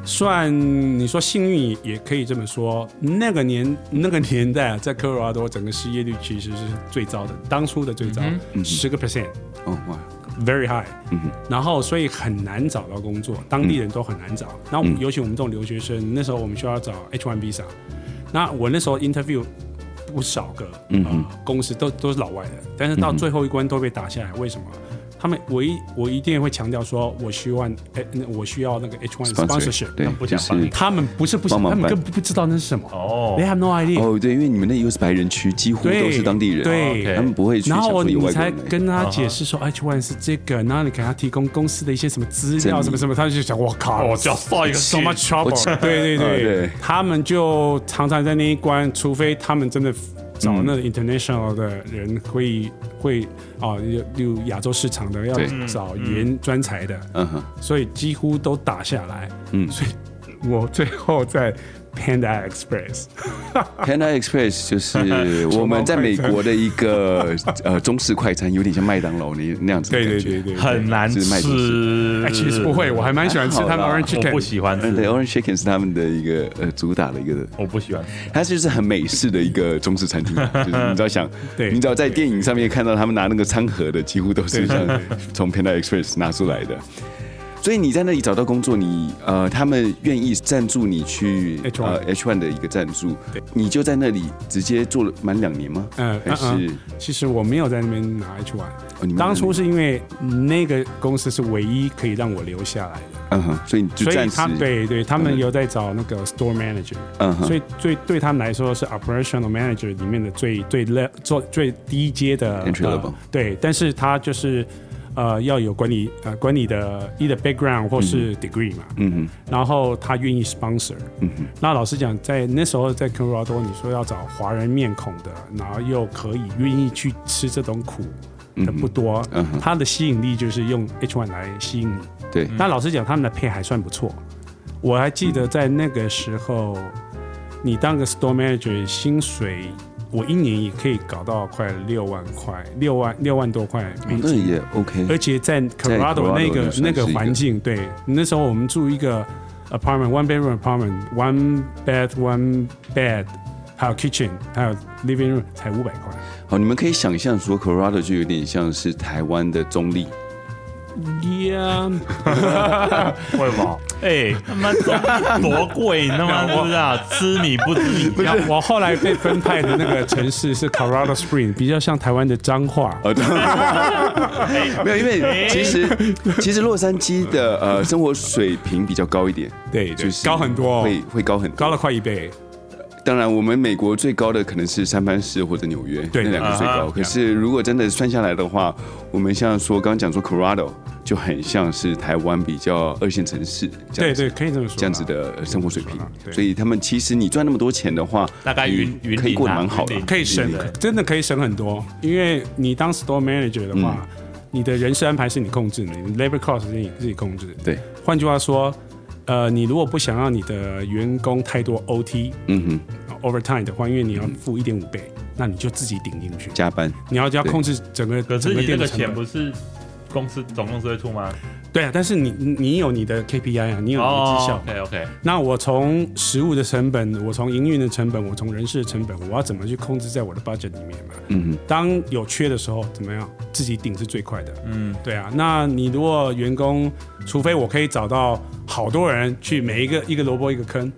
算你说幸运也可以这么说。那个年那个年代啊，在科罗拉多整个失业率其实是最糟的，当初的最糟，
嗯
十个 percent，very
哦哇，
high。
嗯哼
然后所以很难找到工作，当地人都很难找。那我们尤其我们这种留学生，那时候我们需要找 H1 visa。那我那时候 interview 不少个，嗯、公司都都是老外的，但是到最后一关都被打下来，为什么？他们我一我一定会强调说，我希望哎，那我需要那个 H1
sponsor
嗯 sponsorship。
对
他们，不
就
想帮
是
你
他们不是不行，
帮忙
他
办
们根本不知道那是什么。
哦
They have no idea。
哦对，因为你们那又是白人区，几乎
对
都是当地人，哦
对
他们不会去
然
想
后
说有
你
外国
才
人来。
跟
啊
他解释说 H one 是这个，然后你给他提供公司的一些什么资
证
料
明
什么什么，他就想我靠，
我就哦放一个
so much
我
trouble。对对对，
啊对
他们就常常在那一关，除非他们真的找那
嗯
个 international 的人会、会啊，有有亚洲市场的要
对
找语言专才的，
嗯哼，
所以几乎都打下来。
嗯
所以我最后在 Panda Express。
，Panda Express 就是 我们在美国的一个呃中式快餐，有点像麦当劳那那样子的
对
感
对
觉。
对对，
很难
是卖主
吃
哎，其实不会，我还蛮喜欢吃他
还
们
好啦
Orange
我
Chicken
不。喜欢
嗯，对
吃，
，Orange Chicken 是他们的一个呃主打的一个，
我不喜欢吃。
它就是很美式的一个中式餐厅，啊 就是你只要想，
对
你只要在电影上面看到他们拿那个餐盒的，几乎都是
对
像从 Panda Express 拿出来的。所以你在那里找到工作，你呃，他们愿意赞助你去
H1
呃 H one 的一个赞助，你就在那里直接做了满两年吗？
嗯
哎还是哦
嗯嗯其实我没有在那边拿 H
你
one，
们
当初是因为那个公司是唯一可以让我留下来的，
嗯哼，所以你就
所以
暂
他
时
对对，他们有在找那个 store manager，
嗯哼
所以最对他们来说是 operational manager 里面的最最 le 做最低阶的
Entry
呃
level
对，但是他就是呃要有管理呃管理的 either background 或是 degree 嘛，
嗯
然后他愿意 sponsor。嗯那老实讲，在那时候在科罗拉多，你说要找华人面孔的，然后又可以愿意去吃这种苦的不多，
嗯哼
他的吸引力就是用 H1 来吸引你。
哼，对，
那老实讲，他们的配还算不错。我还记得在那个时候，你当个 store manager 薪水，我一年也可以搞到快六万块，六万六万多块美
哦那
金。
也 OK，
而且在 Colorado
Colorado
那个
那算是一个
那个环境，对，那时候我们住一个 apartment，one bedroom apartment，one bed one bed，还有 kitchen，还有 living room，才五百块，
好，你们可以想象说，Colorado 就有点像是台湾的中立，
盐。
为什么？哎，他妈中国多贵，你他妈知不知道？啊吃米不吃米
然
药
后。我后来被分派的那个城市是 Colorado Spring，比较像台湾的彰化。
呃， 没有，因
哎
为其实其实洛杉矶的呃生活水平比较高一点，
对，
就
就是是高很多、
会
哦，
会高很
高
多。
了快一倍。
当然，我们美国最高的可能是三藩市或者纽约，
对
那两个最
啊
高。
哈
可是如果真的算下来的话，我们像说刚刚讲说 Colorado 就很像是台湾比较二线城市这
对
样子
对，可以这么说啦。
这样子的呃生活水平
说啦。对
所以他们其实你赚那么多钱的话，
大概云
你
云
可以
顶
过得
啊
蛮好的
云顶，
可以省
嗯
对，
真的可以省很多，因为你当 store manager 的话，
嗯
你的人事安排是你控制的，你 labor cost 是你自己控制的。
对，
换句话说，呃，你如果不想让你的员工太多 OT、
嗯哼，
overtime 的话，因为你要付一点五倍，那你就自己顶进去。
加班。
你要就要
嗯对
控制整个
可
整
是
个
你这
店
个
的成
钱
本。
不是公司总公司会出吗？
对啊，但是你你你有你的 KPI 啊，你有你
哦
的绩效。
，OK OK，
那我从食物的成本，我从营运的成本，我从人事的成本，我要怎么去控制在我的 budget 里面嘛？
嗯哼，
当有缺的时候，怎么样自己顶是最快的。
嗯，
对啊，那你如果员工，除非我可以找到好多人去每一个一个萝卜一个坑，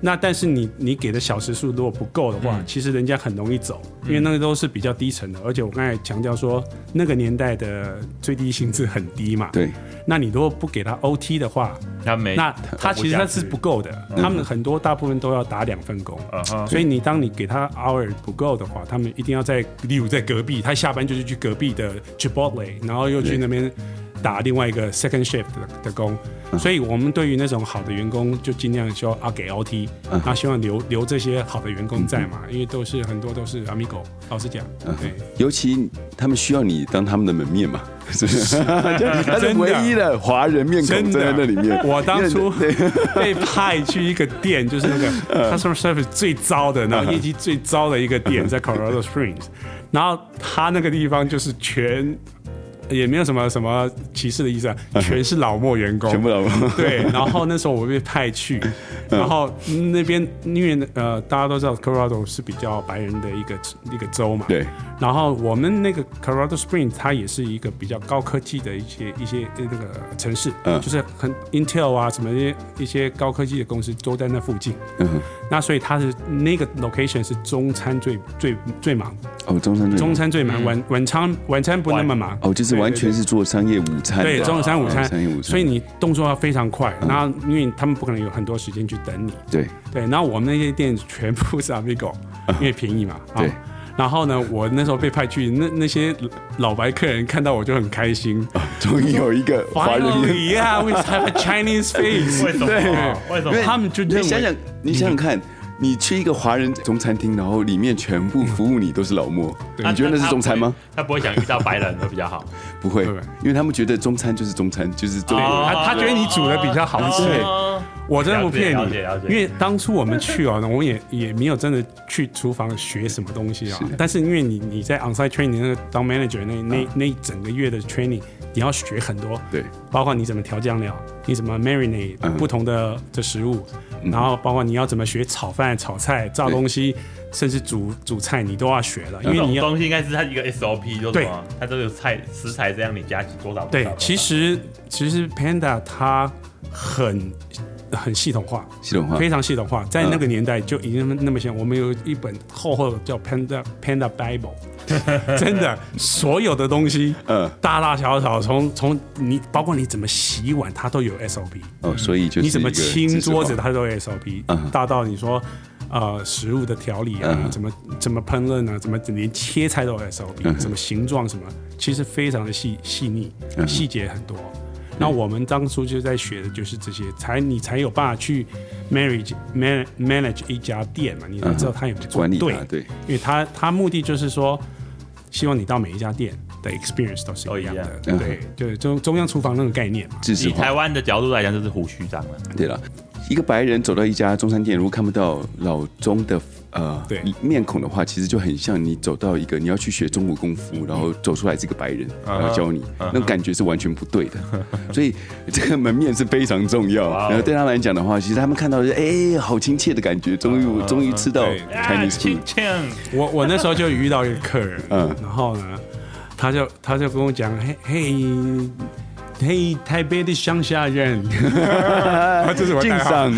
那但是你你给的小时数如果不够的话，
嗯
其实人家很容易走，
嗯
因为那个都是比较低层的，而且我刚才强调说那个年代的最低薪资很低嘛，
对，
那你如果不给他 OT 的话，
他没，
那他
不
其实
下
他
去
是不够的，他们很多大部分都要打两份工。
嗯哼，
所以你当你给他 hour 不够的话，他们一定要在，例如在隔壁，他下班就是去隔壁的 Chipotle，然后又去那边打另外一个 second shift 的的工。
嗯
所以我们对于那种好的员工，就尽量说啊给 OT，
嗯
那希望留留这些好的员工在嘛，
嗯
因为都是很多都是 amigo。老实讲，对。
尤其他们需要你当他们的门面 嘛，是不是？他是
真的
唯一的华人面孔
真
站
的
在那里面。
我当初
因为 对嗯
被派去一个店，就是那个 customer service 最糟的，然后业绩最糟的一个店，在 Colorado Springs。然后他那个地方就是全也没有什么什么歧视的意思啊，全是老墨员工，
嗯全部老公，
对，然后那时候我被派去，
嗯
然后那边因为呃大家都知道 Colorado 是比较白人的一个一个州嘛，
对。
然后我们那个 Colorado Springs 它也是一个比较高科技的一些一些呃那个城市，
嗯
就是很 Intel 啊什么一些一些高科技的公司都在那附近。
嗯哼，
那所以它是那个 location 是中餐最最最忙，
哦，中山
中
中
餐最忙，晚晚餐晚餐不那么忙。
哦，就是完全是做商业午餐的，
对，中午餐午餐
哦商业午，餐
所以你动作要非常快，然后因为他们不可能有很多时间去等你，
嗯对，
对，然后我们那些店全部是 Amigo，因为便宜嘛，啊
对。
然后呢，我那时候被派去，那那些老白客人看到我就很开心。
终于有一个华人面。
Finally, yeah, we have a Chinese face
为。什么？为什
因为
么？
他们就认为嗯
你想想，你想想看，你去一个华人中餐厅，然后里面全部服务你都是老莫，
对啊
你觉得那是中餐吗？
他不会想遇到白人会比 较好，
不会
对对，
因为他们觉得中餐就是中餐，就是中
哦
国。
他他觉得你煮得比较好吃
哦
我真的不骗
了
你
解了，解
因为当初我们去哦，我也 也没有真的去厨房学什么东西啊
是。
但是因为你你在 onsite training 那个当 manager 那那那一整个月的 training，你要学很多，
对，
包括你怎么调酱料，你怎么 marinate
嗯
不同的的食物，然后包括你要怎么学炒饭、炒菜、造东西，甚至煮煮菜，你都要学了，因
呃这
为
种
你要
东西应该是它一个 SOP，就是
对
什么，它这个菜食材这样你加多少？
对
多少。
其实其实 Panda 它很很系统化，
系统化
非常系统化，在那个年代就已经那么那么像。我们有一本厚厚的叫 Panda Panda Bible，真的，所有的东西，
嗯
大大小小，从从你包括你怎么洗碗，它都有 SOP。
哦，所以就是
你怎么
一个
清
知识化
桌子，它都有 SOP，、
嗯
大到你说呃食物的调理啊，
嗯
怎么怎么烹饪啊，怎么连切菜都有 SOP，、
嗯哼
什么形状什么，其实非常的细细腻，
哼
细节很多。
嗯
那我们当初就在学的就是这些，才你才有办法去 manage man manage 一家店嘛，你才知道他有没有做
管理
对
它，，对，
因为他他目的就是说，希望你到每一家店的 experience 都是
都一
一样
样
的，
嗯哼
对，就是中中央厨房那个概念嘛，
知识
以台
化。
湾的角度来讲，就是胡须章了。
对了，一个白人走到一家中餐店，如果看不到老中的呃
对
面孔的话，其实就很像你走到一个你要去学中国功夫，然后走出来是个白人，
啊
然后教你，那种感觉是完全不对的。 所以这个门面是非常重要。
哇哦
然后对他来讲的话，其实他们看到就是哎，好亲切的感觉，终于我终于吃到
啊对
Chinese food，
Chan，
我我那时候就遇到一个客人，
嗯
然后呢，他就他就跟我讲，嘿嘿，嘿，台北的乡下人， 啊这是我的
敬
代号
赏。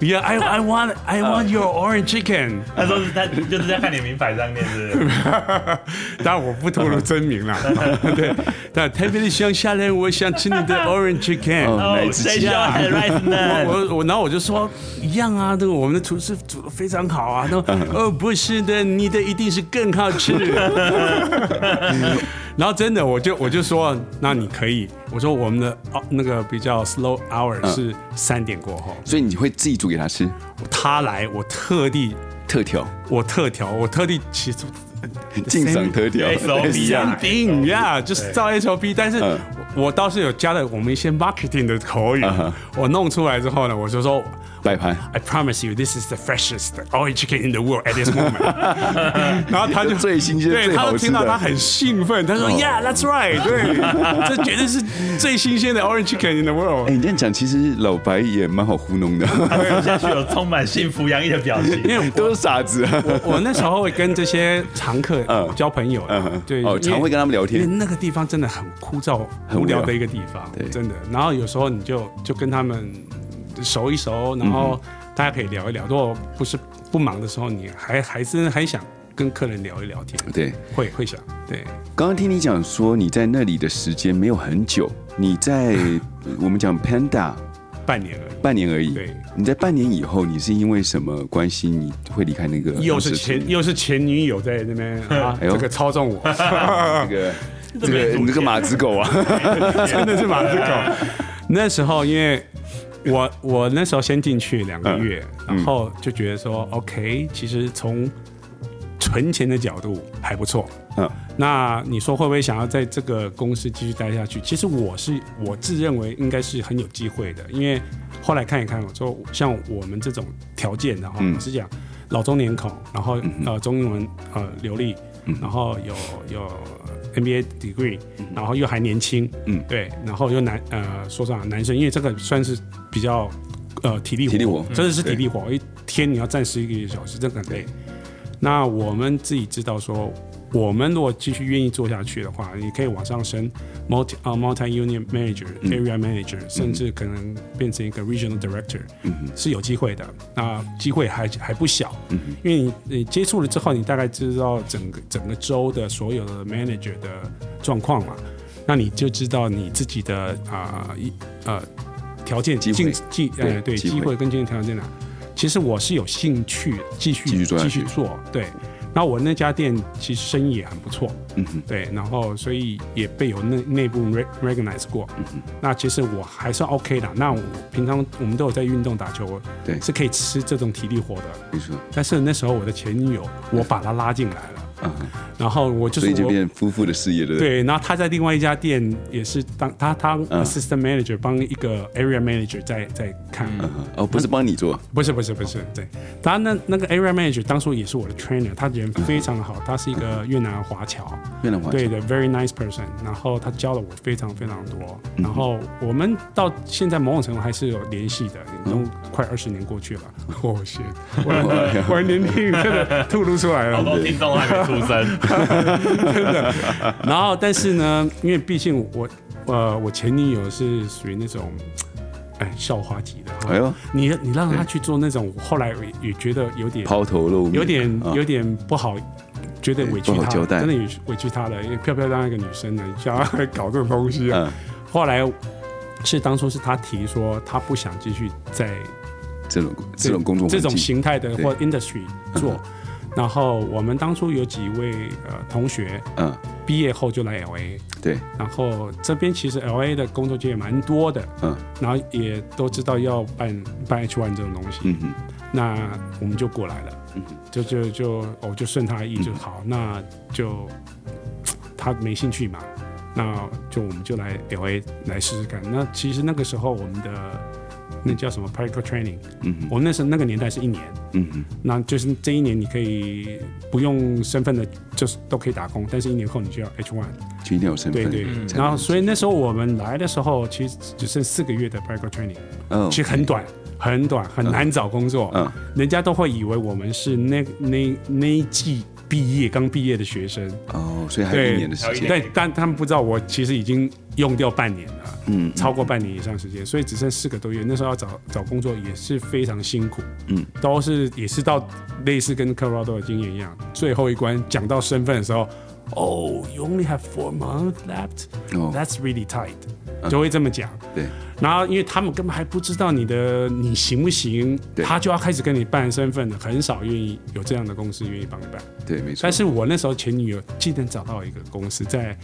Yeah, I I want I want your orange chicken
他说是他就是在看你名牌上面是 不是
当然我不透露真名啦。 对，但台北的乡下人，我想吃你的 orange chicken。
哦
哦
哪一只
谁
鸡
叫
啊
Rice 呢？
我我然后我就说一样啊，这个我们的厨师煮的非常好啊。他说
嗯
哦不是的，你的一定是更好吃。 然后真的我就我就说那你可以，我说我们的哦那个比较 slow hour
嗯
是三点过后，
所以你会自己煮给他吃，
他来我特地
特 调，
我特调我特地其实
敬赏特调。
SOP 啊
same thing yeah，就是照 SOP，但是
嗯
我倒是有加了我们一些 marketing 的口语
嗯哼，
我弄出来之后呢，我就说。
摆盘，
I promise you, this is the freshest orange chicken in the world at this moment 。 然后他就
最新鲜
对，
最好
他就
吃
听到
的
他很兴奋，他说、
哦
Yeah, that's right，对， 这绝对是最新鲜的 orange chicken in the
哎，
world。
你这样讲，其实老白也蛮好糊弄的，
他 吃下去有充满幸福洋溢的表 情。
因为
都是傻子啊。
我那时候会跟这些常客
嗯
交朋 友
嗯哼，
对，
哦
因为
常会跟他们聊天
因为那个地方真的很枯燥、
很
很
无
无
聊
聊的一个地方
对，
真的。然后有时候你就就跟他们熟一熟，然
嗯
后大家可以聊一聊。如果不是不忙的时候，你还还是很想跟客人聊一聊天。
对，
会会想，对，
刚刚听你讲说你在那里的时间没有很久，你 在我们讲 Panda
半年而已。
半年而已。
对，
你在半年以后，你是因为什么关系你会离开那个？
又是前又是前女友在 那边啊，
嗯哎呦
这个操纵我，
那个这个你这个马子狗啊，
真的是马 子狗。那时候因为我我那时候先进去两个月，
嗯
然后就觉得说、OK，其实从存钱的角度还不错。
嗯，
那你说会不会想要在这个公司继续待下去？其实我是我自认为应该是很有机会的，因为后来看一看，我说像我们这种条件的哈，
嗯
我是讲老中年口，然后呃中英文呃流利，
嗯
然后有有 MBA degree，然后又还年轻，
嗯
对，然后又男呃说实话男生，因为这个算是比较呃体力活
体力活嗯
真的是体力活，一天你要站十一个小时，这个很累。那我们自己知道说，我们如果继续愿意做下去的话，你可以往上升，multi 啊、multi union manager、area
嗯
manager，甚至可能变成一个 regional director，、是
嗯
有机会的。那机会还还不小，
嗯
因为你你接触了之后，你大概知道整个整个州的所有的 manager 的状况嘛，那你就知道你自己的啊一呃条件
机会
竞技
对
呃对
机会
机会跟竞争条件在哪？其实我是有兴趣继续
继续做下去
做对。那我那家店其实生意也很不错，
嗯哼，
对，然后所以也被有内内部 re- recognize 过。
嗯
那其实我还算 OK 的。那我平常我们都有在运动打球，我
对
是可以吃这种体力活的。
没错，
但是那时候我的前女友，我把她拉进来了，
嗯哼，
然后我就
所以
是
就
我。
变夫妇的事业了。不，
对，然后她在另外一家店也是当她当
嗯
assistant manager，帮一个 area manager 在在看，
嗯哼哦，不是帮你做，
不是不是不是，对，他那那个 area manager 当初也是我的 trainer，他人非常好，他是一个越南华侨，
越南华
对
侨。
的，very nice person。然后他教了我非常非常多，然后我们到现在某种程度还是有联系的，已经快二十年过去了。我去，我的我的年龄真的吐露出来
好
了。
多听众还没出生，
然后，但是呢，因为毕竟我呃我前女友是属于那种。哎，校花级的，
哎呦，
你你让她去做那种，我后来也也觉得有点
抛头露面，
有点
啊
有点不好，觉得委屈
不好
她，
交代
真的委屈委屈她了，因为漂漂亮亮一个女生呢，你想要搞这种东西啊。
嗯，
后来是当初是她提说她不想继续在
这种这种工作环
这种
境，
形态的
对嗯
或 industry 做。然后我们当初有几位呃同学
嗯，
毕业后就来 L A，
对，
然后这边其实 L A 的工作机会蛮多的，
嗯
然后也都知道要办办 H one 这种东西，
嗯哼，
那我们就过来了，
嗯
就就就我就顺他意就好，那就他没兴趣嘛，那就我们就来 L A 来试试看。那其实那个时候我们的那叫什么 practical training，
嗯哼，
我们那时候那个年代是一年，
嗯哼，
那就是这一年你可以不用身份的，就是都可以打工，但是一年后你就要 H one。
就一定要有身
对嗯
份，
对，
才能
然后所以那时候我们来的时候，其实只剩四个月的 practical training。
嗯
其实很短，很短，很难找工作。
嗯
人家都会以为我们是那那那一季毕业刚毕业的学生，
哦，所以还有
对
一年的时
还有一
间
年。
对，但他们不知道我其实已经用掉半年了，嗯，超过半年以上时间，所以只剩四个多月。那时候要找找工作也是非常辛苦，嗯，都是也是到类似跟 Colorado 的经验一样，最后一关讲到身份的时候。Oh, you only have four months left.
哦
That's really tight，、就
嗯
会这么讲。
对，
然后因为他们根本还不知道你的你行不行，
对
他就要开始跟你办身份了，很少愿意有这样的公司愿意帮你办。
对，没错
但。是我那时候前女友竟然找到一个公司在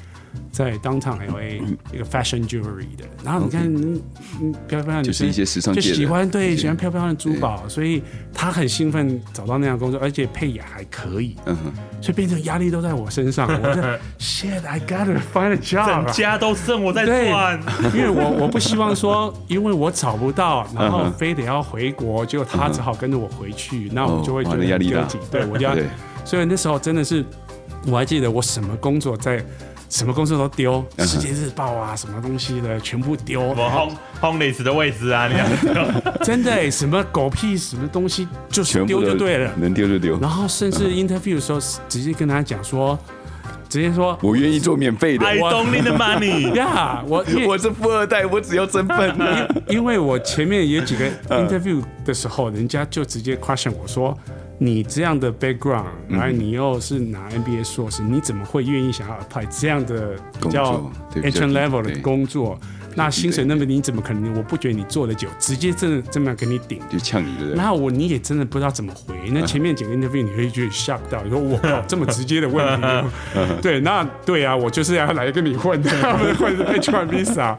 在当场 L A 一个 fashion jewelry 的，然后你看，嗯嗯漂漂亮女
就
生
是一些时尚界
就
的
喜欢
一
对
些
喜欢漂漂亮的珠宝，所以她很兴奋找到那样的工作，而且配也还可以，
嗯哼，
所以变成压力都在我身上。我 就 shit I gotta find a job
整
啊。
家都剩我在
对
赚，
因为我我不希望说，因为我找不到，然
嗯
后非得要回国，结果他只好跟着我回去，那我就会觉
哦哇
得
那压
很
力大
纠结，对我就要
对，
所以那时候真的是，我还记得我什么工作在。什么工作都丢，《
嗯
世界日报》啊，什么东西的全部丢
我，home homeless 的位置啊，你 看，
真的、欸、什么狗屁什么东西就是
全部
丢
都
就对了。
能丢就嗯丢。
然后甚至 interview 的时候，直接跟他讲说，直接说
我愿意做免费
哎
的，
I don't need the money，
呀，我因为
我是富二代，我只要身 份。
因为我前面 有几个
嗯
interview 的时候，人家就直接 question 我说：“你这样的 background，
嗯
然后你又是拿 MBA 硕士，你怎么会愿意想要 apply 这样的比较
工作对比较
entry
低
level
对
的工作？那薪水那么低，你怎么可能？我不觉得你做的久，直接这这么样给你顶。”
就呛你对不对？嗯
然后我你也真的不知道怎么回。那前面几个 interview 你会觉得 shock 到，你说我靠这么直接的问 题，对，那对啊，我就是要来跟你混的，混 H1 visa。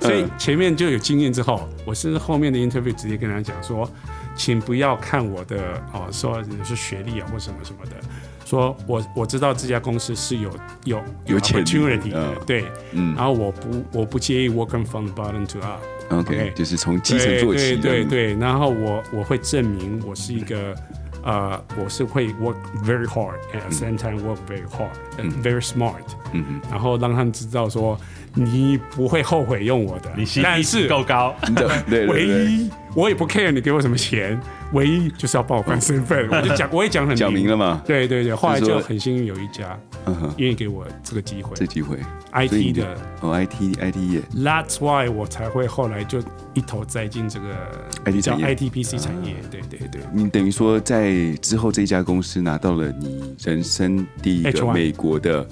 所
嗯
以前面就有经验之后，我甚至后面的 interview 直接跟他讲说，请不要看我的哦，说你是学历啊或什么什么的。说我我知道这家公司是有有
有潜力
opportunity 的
嗯，
对，然后我不我不介意 working from bottom to up，
OK，
OK
就是从基层做起。
哎对对对对，然后我我会证明我是一个。呃，我是会 work very hard at the same time work very hard and very smart，嗯然后让他们知道说你不会后悔用我的，
你薪
但
资
是
够高，
你知道对对
唯
对，
一我也不 care 你给我什么钱，唯一就是要帮我换身份，我就讲我也讲很
嗯讲明了嘛
对对对，后来
就是
就
说
很幸运有一家
嗯哼，
愿意给我这个机会
这机会所以你
，IT
就
的
哦，IT IT 业，
That's why 我才会后来就一头栽进这个
IT
叫
产业啊
ITPC 产业，对对对，
你等于说在之后这家公司拿到了你人生第一个
H1
美国的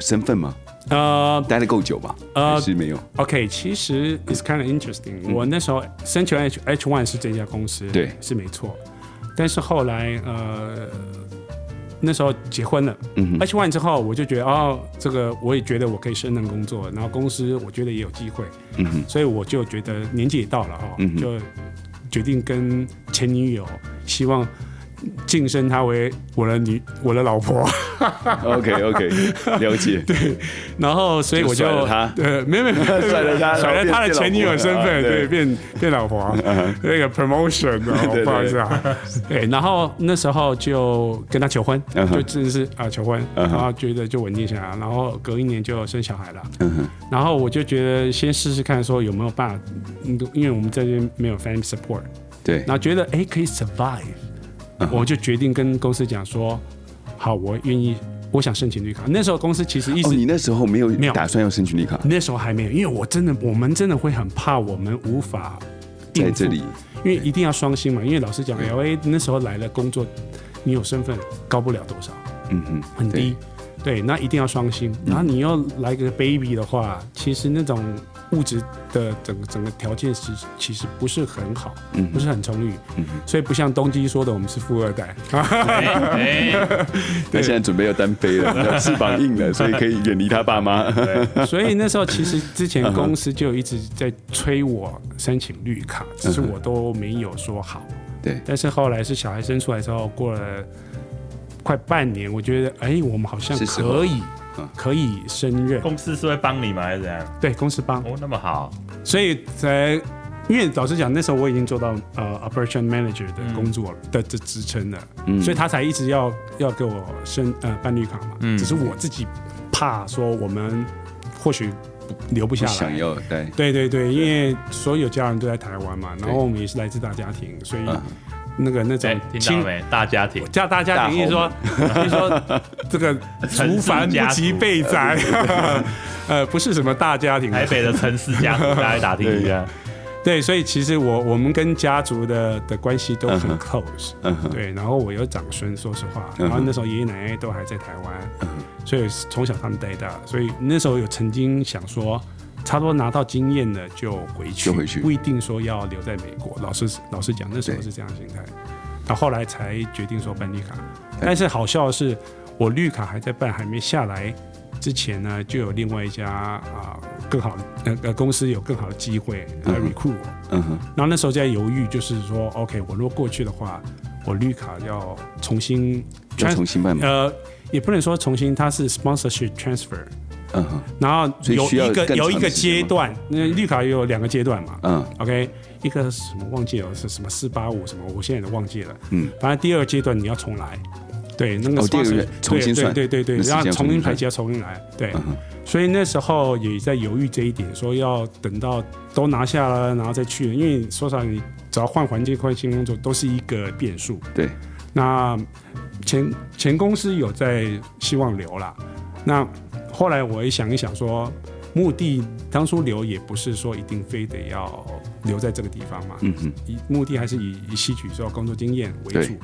身份吗？
呃
待得够久吧？
呃
还是没有？
，OK，其实 it's kind of interesting、我那时候申请 H H One 是这家公司，
嗯对
是没错，但是后来呃那时候结婚了、
嗯哼
h One 之后我就觉得哦，这个我也觉得我可以胜任工作，然后公司我觉得也有机会，
嗯哼，
所以我就觉得年纪也到了哦，
嗯哼
就决定跟前女友希望晋升她为我的女我的老婆，
OK OK，了解。对，
然后所以我就
就甩了她
呃，没有没有
甩了她
甩
然后
了她的
变
前女友身份，
变老婆啊对嗯
对，变变老婆，那个 promotion
对对
哦，不好意思啊，对，然后那时候就跟她求婚，
嗯哼
就真的是啊求婚，
嗯
然
哼
后觉得就稳定下来，然后隔一年就生小孩了。
嗯哼，
然后我就觉得先试试看，说有没有办法，嗯因为我们这边没有 family support，
对
然，后觉得哎可以 survive，、
嗯
我就决定跟公司讲说，好，我愿意，我想申请绿卡。那时候公司其实一直、
哦，你那时候没有
没有
打算要申请绿卡，
那时候还没有，因为我真的我们真的会很怕我们无法应
在
付
这里，
因为一定要双薪嘛。因为老实讲，L A 那时候来了工作，你有身份高不了多少，
嗯哼，
很低。对，那一定要双薪。
嗯
然后你又来个 baby 的话，其实那种物质的整个整个条件是其实不是很好，
嗯
不是很充裕，所以不像东基说的，我们是富二代。
哎哎，
他现在准备要单飞了，翅膀硬了，所以可以远离他爸妈。
所以那时候其实之前公司就一直在催我申请绿卡，只是我都没有说好。
对，
但是后来是小孩生出来之后，过了快半年，我觉得哎，我们好像
是时候
可以
嗯哦
可以胜任，
公司是会帮你吗？还是怎样？
对公司帮。
哦，那么好，
所以在因为老实讲，那时候我已经做到呃 operation manager
嗯
的工作了、的这职称了，所以他才一直要要给我申呃办绿卡嘛。
嗯
只是我自己怕说我们或许留不下
不
来，
想要待，啊
对对对，因为所有家人都在台湾嘛，然后我们也是来自大家庭，所以那个那种
哎，听
亲
到没？大家庭，
叫大家庭，意思说，意思 说这个竹繁不及备宰， 呃，不是什么大家庭啊，
台北的城市 家族，大家打听一下。
对，所以其实我我们跟家族的的关系都很 close，、
嗯哼
对，然后我有长孙，说实话，
嗯哼嗯
然后那时候爷爷奶奶都还在台湾，所以从小他们带大，所以那时候有曾经想说。差不多拿到经验了就回去，
就回去
不一定说要留在美国。老实老实讲，那时候
对
是这样的心态。到后来才决定说办绿卡，但是好笑的是，我绿卡还在办，还没下来之前呢，就有另外一家啊、更好的呃呃公司有更好的机会来 recruit 我。
嗯哼，
然后那时候在犹豫，就是说，OK，我如果过去的话，我绿卡要重新
要重新办吗？
呃，也不能说重新，它是 sponsorship transfer，
嗯哼，
然后
所以
有
需要
一
更
个
长
有一个
的时间吗
阶段，那绿卡有两个阶段嘛，
嗯
OK，一个是什么忘记了是什么四八五什么，我现在也忘记了。
嗯，
反正第二阶段你要重来，对，那个
哦
sponsor-
第二个重新算
对对对
那
对，
时
然后
间
重
重新
新
算
排期要重新来，对。
嗯哼，
所以那时候也在犹豫这一点，说要等到都拿下了，然后再去，因为说实话，你只要换环境、换新工作，都是一个变数。
对，
那前前公司有在希望留啦，那后来我也想一想说，目的当初留也不是说一定非得要留在这个地方嘛，
嗯哼，
以目的还是以以吸取说工作经验为主
对。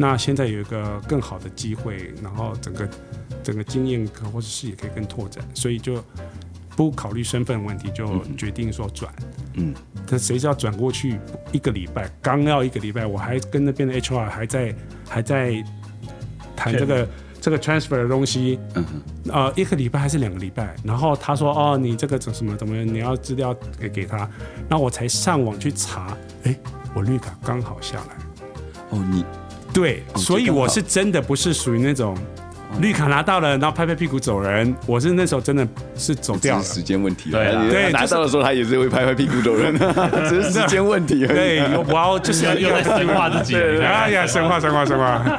那现在有一个更好的机会，然后整个整个经验可或者视野可以更拓展，所以就不考虑身份问题，就决定说转。
嗯，
但谁知道转过去一个礼拜，刚要一个礼拜，我还跟那边的 HR 还在还在谈这个这个 transfer 的东西，
嗯哼，
呃，一个礼拜还是两个礼拜，然后他说哦，你这个怎什么怎么，你要资料给给他，然后我才上网去查，哎，我绿卡刚好下来，
哦，你
对，
哦
所以
这刚好哦
我是真的不是属于那种绿卡拿到了，然后拍拍屁股走人，我是那时候真的是走掉
这
了
是。时间问题，
对啊
他
对
拿到的时候他也是会拍拍屁股走人， 只是时间问题而已。
对，我要就是
又又在深化自己了，你看看
哎呀，神话神话神话。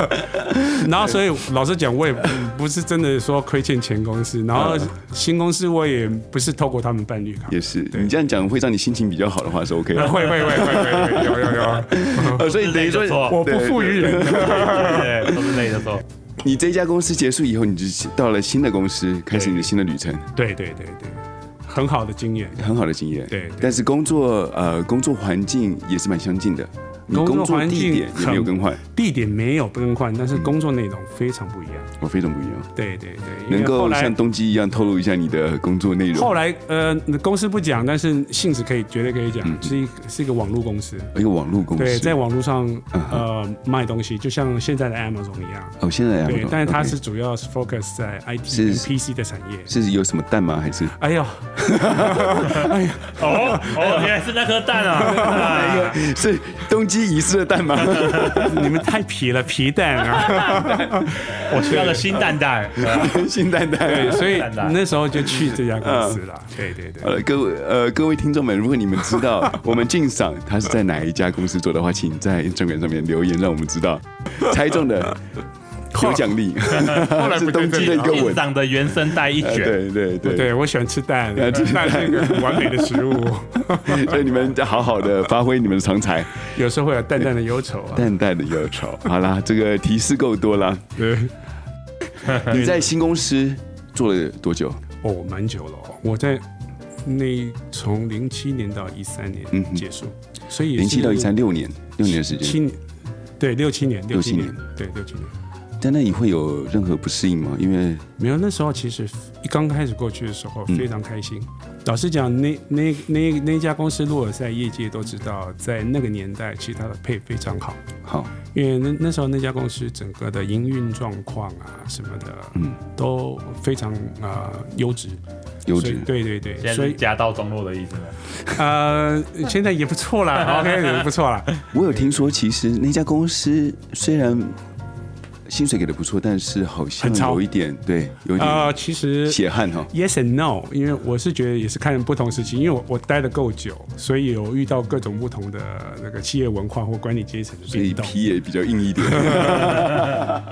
然后，所以老实讲，我也不是真的说亏欠前公司，然后新公司我也不是透过他们办绿卡，
也是，你这样讲会让你心情比较好的话是 OK 的。
会会会会会会有有有，
呃，所以等于说
不是累的错
我不负于人。
对对，都是累的时候。
你这家公司结束以后，你就到了新的公司，开始你的新的旅程，
对对对对，很好的经验。
很好的经验。
对对
但是工作呃工作环境也是蛮相近的，你
工作
工作
环
地
境
点也没有
很
更换，
地点没有更换，但是工作内容非常不一样。
我非常不一样。
对对对，因为
能
后
够
来
像冬季一样透露一下你的工作内容
后，来呃，公司不讲，但是性质可以绝对可以讲，是一是一个网络公司。
一个网络公司。
对，在网络上
嗯哼
呃卖东西，就像现在的 Amazon 一样。
哦，现在
对
Amazon，，
但是它
OK
是主要是 focus 在 IT
是
跟 PC 的产业。
是有什么蛋吗？还是 哎
哎呦，
哦哦，原来是那颗 蛋
哎
啊！
是冬季遗失的蛋吗？
你们太皮了，皮蛋啊！
我需要个新蛋 蛋。
新啊蛋蛋嗯
对，。所以
蛋蛋
那时候就去这家公司了。对对对，
呃，各位呃各位听众们，如果你们知道我们敬赏他是在哪一家公司做的话，请在 Instagram 上面留言，让我们知道。猜中的有奖励，是冬季的一
啊
个
店
吻。
长的原声带一
呃
卷，
对对对，
对我喜欢吃蛋，
呃
蛋
吃蛋
是一个很完美的食物，
所以你们好好的发挥你们的长才，
有时候会有淡淡的忧愁啊。
淡淡的忧愁。好啦，这个提示够多啦。
对，
你在新公司做了多久？
哦，蛮久了哦，我在那从零七年到一三年
嗯哼
结束，所以也是
零七到一三六年，六年的时
七
间。
年，对，六七年，
六七
七
年
年，对，六七年。
在那里会有任何不适应吗？因为
没有，那时候其实一刚开始过去的时候
嗯
非常开心。老实讲，那那那那家公司，如果在业界都知道，在那个年代，其实它的配非常好，
好，
因为那那时候那家公司整个的营运状况啊什么的，
嗯，
都非常啊、呃优质，
优
所
质
以。对对对，
现
所
在是
以啊
家道中落的意思吗？
呃，现在也不错啦，OK，也 不错啦。
我有听说，其实那家公司虽然薪水给的不错，但是好像
很糙
有一点对，有一
呃，
点
其实
血汗哦哈。
Yes and no，因为我是觉得也是看不同时期，因为我我待的够久，所以有遇到各种不同的那个企业文化或管理阶层的
所以
变动，
皮也比较硬一 点，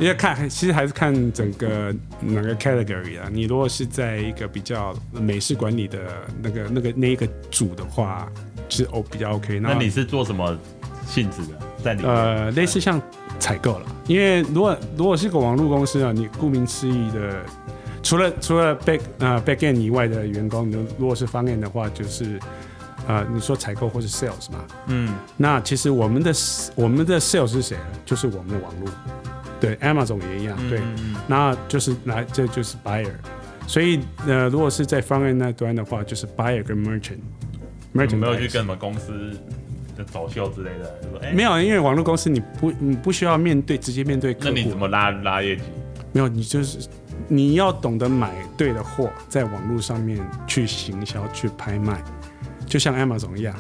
因为看其实还是看整个哪个 category 啊。你如果是在一个比较美式管理的那个那个那一个组的话，是哦比较 OK。
那你是做什么性质的？在里面？
呃，类似像采购了，因为如果如果是个网络公司啊，你顾名思义的，除了除了 back 呃 back end 以外的员工，你如果是 front end 的话，就是呃你说采购或是 sales 嘛，
嗯，
那其实我们的我们的 sales 是谁呢？就是我们的网络，对，Amazon 也一样，
嗯
对，那就是来这就是 buyer，所以呃如果是在 front end 那端的话，就是 buyer 跟 merchant。
有
merchant
嗯没有去
buyers
跟什么公司就走秀之类的？就说哎，
没有，啊因为网络公司你不你不需要面对直接面对客户，
那你怎么拉拉业绩？
没有，你就是你要懂得买对的货，在网络上面去行销、去拍卖，就像 Amazon 一样。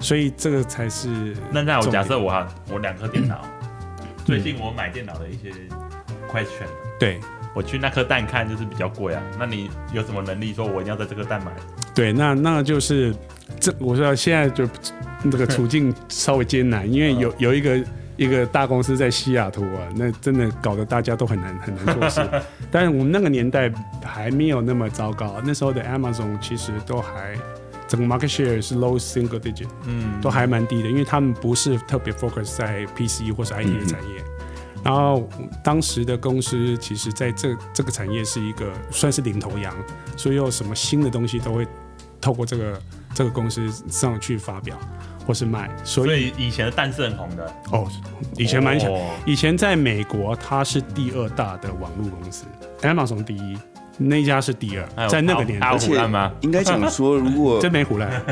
所以这个才是
那那我
重
假
点
设我哈，我两颗电脑，最近我买电脑的一些 question，
对
我去那颗蛋看就是比较贵啊。那你有什么能力说我一定要在这颗蛋买？
对，那那就是这，我说现在就这个处境稍微艰难，因为
嗯
有有一个一个大公司在西雅图啊，那真的搞得大家都很难很难做事。但是我们那个年代还没有那么糟糕，那时候的 Amazon 其实都还整个 market share 是 low single digit，
嗯，
都还蛮低的，因为他们不是特别 focus 在 PC 或是 IT 的产业。然后当时的公司其实在这这个产业是一个算是领头羊，所以有什么新的东西都会透过这个这个公司上去发表或是卖。所
所
以
以以前的蛋是很红的，
哦，以前蛮想，
哦
以前在美国它是第二大的网络公司，Amazon 第一，那一家是第
哎
还
二，
有
在那个年
阿
代
阿，虎烂吗？
应该讲说，如 果
真没胡来。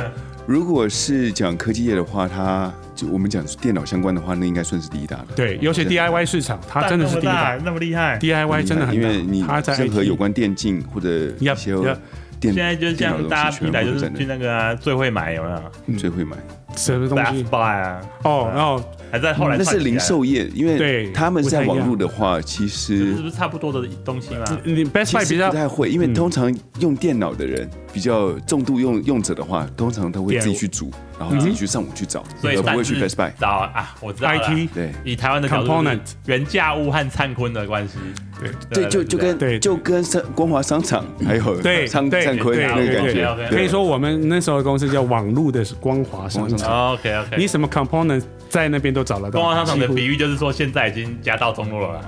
如果是讲科技业的话，它就我们讲电脑相关的话，那应该算是第一大的。
对，尤其 DIY 市场，它
蛋
啊真的是
那么
第一大
大，那么厉害。
，DIY 真的
嗯
很
因
大，
为你
它在
任何
IT
有关电竞或者一
Yup,
些
yup
电
现在就
电脑
像
的
大
东
家
西
比
全
来
部
就
都在
是去
那，
那个啊最会买有没 有
最会买。
什么东西
？Best？Buy 啊，
哦，然后
还在后来
那是
串起来
零售业，因为
对
他们在
不太一
网
样
络的话，其
是
实
不是差不多的东西
嗯
嘛？
你 Best
其
Buy 比
实
较
不太会，因为
嗯
通常用电脑的人比较重度用用者的话，通常他会自己去煮，然后自己去上网去找，
所以
而不
蛋
会
是
去 Best Buy。
找啊，我知道了。
IT
对
以台湾的角度
Component
是原价物和灿坤的关系，
对
对，就就
对
跟
对
就跟商光华商场还有
对
仓
对
灿坤
对
那个
对
感
对
对
觉，
可以说我们那时候的公司叫网络的光华商
光华商
场，
场
OK OK，
你什么 component 在那边都找得到。
光华商场的
几乎
比喻就是说现在已经家道中落了啦，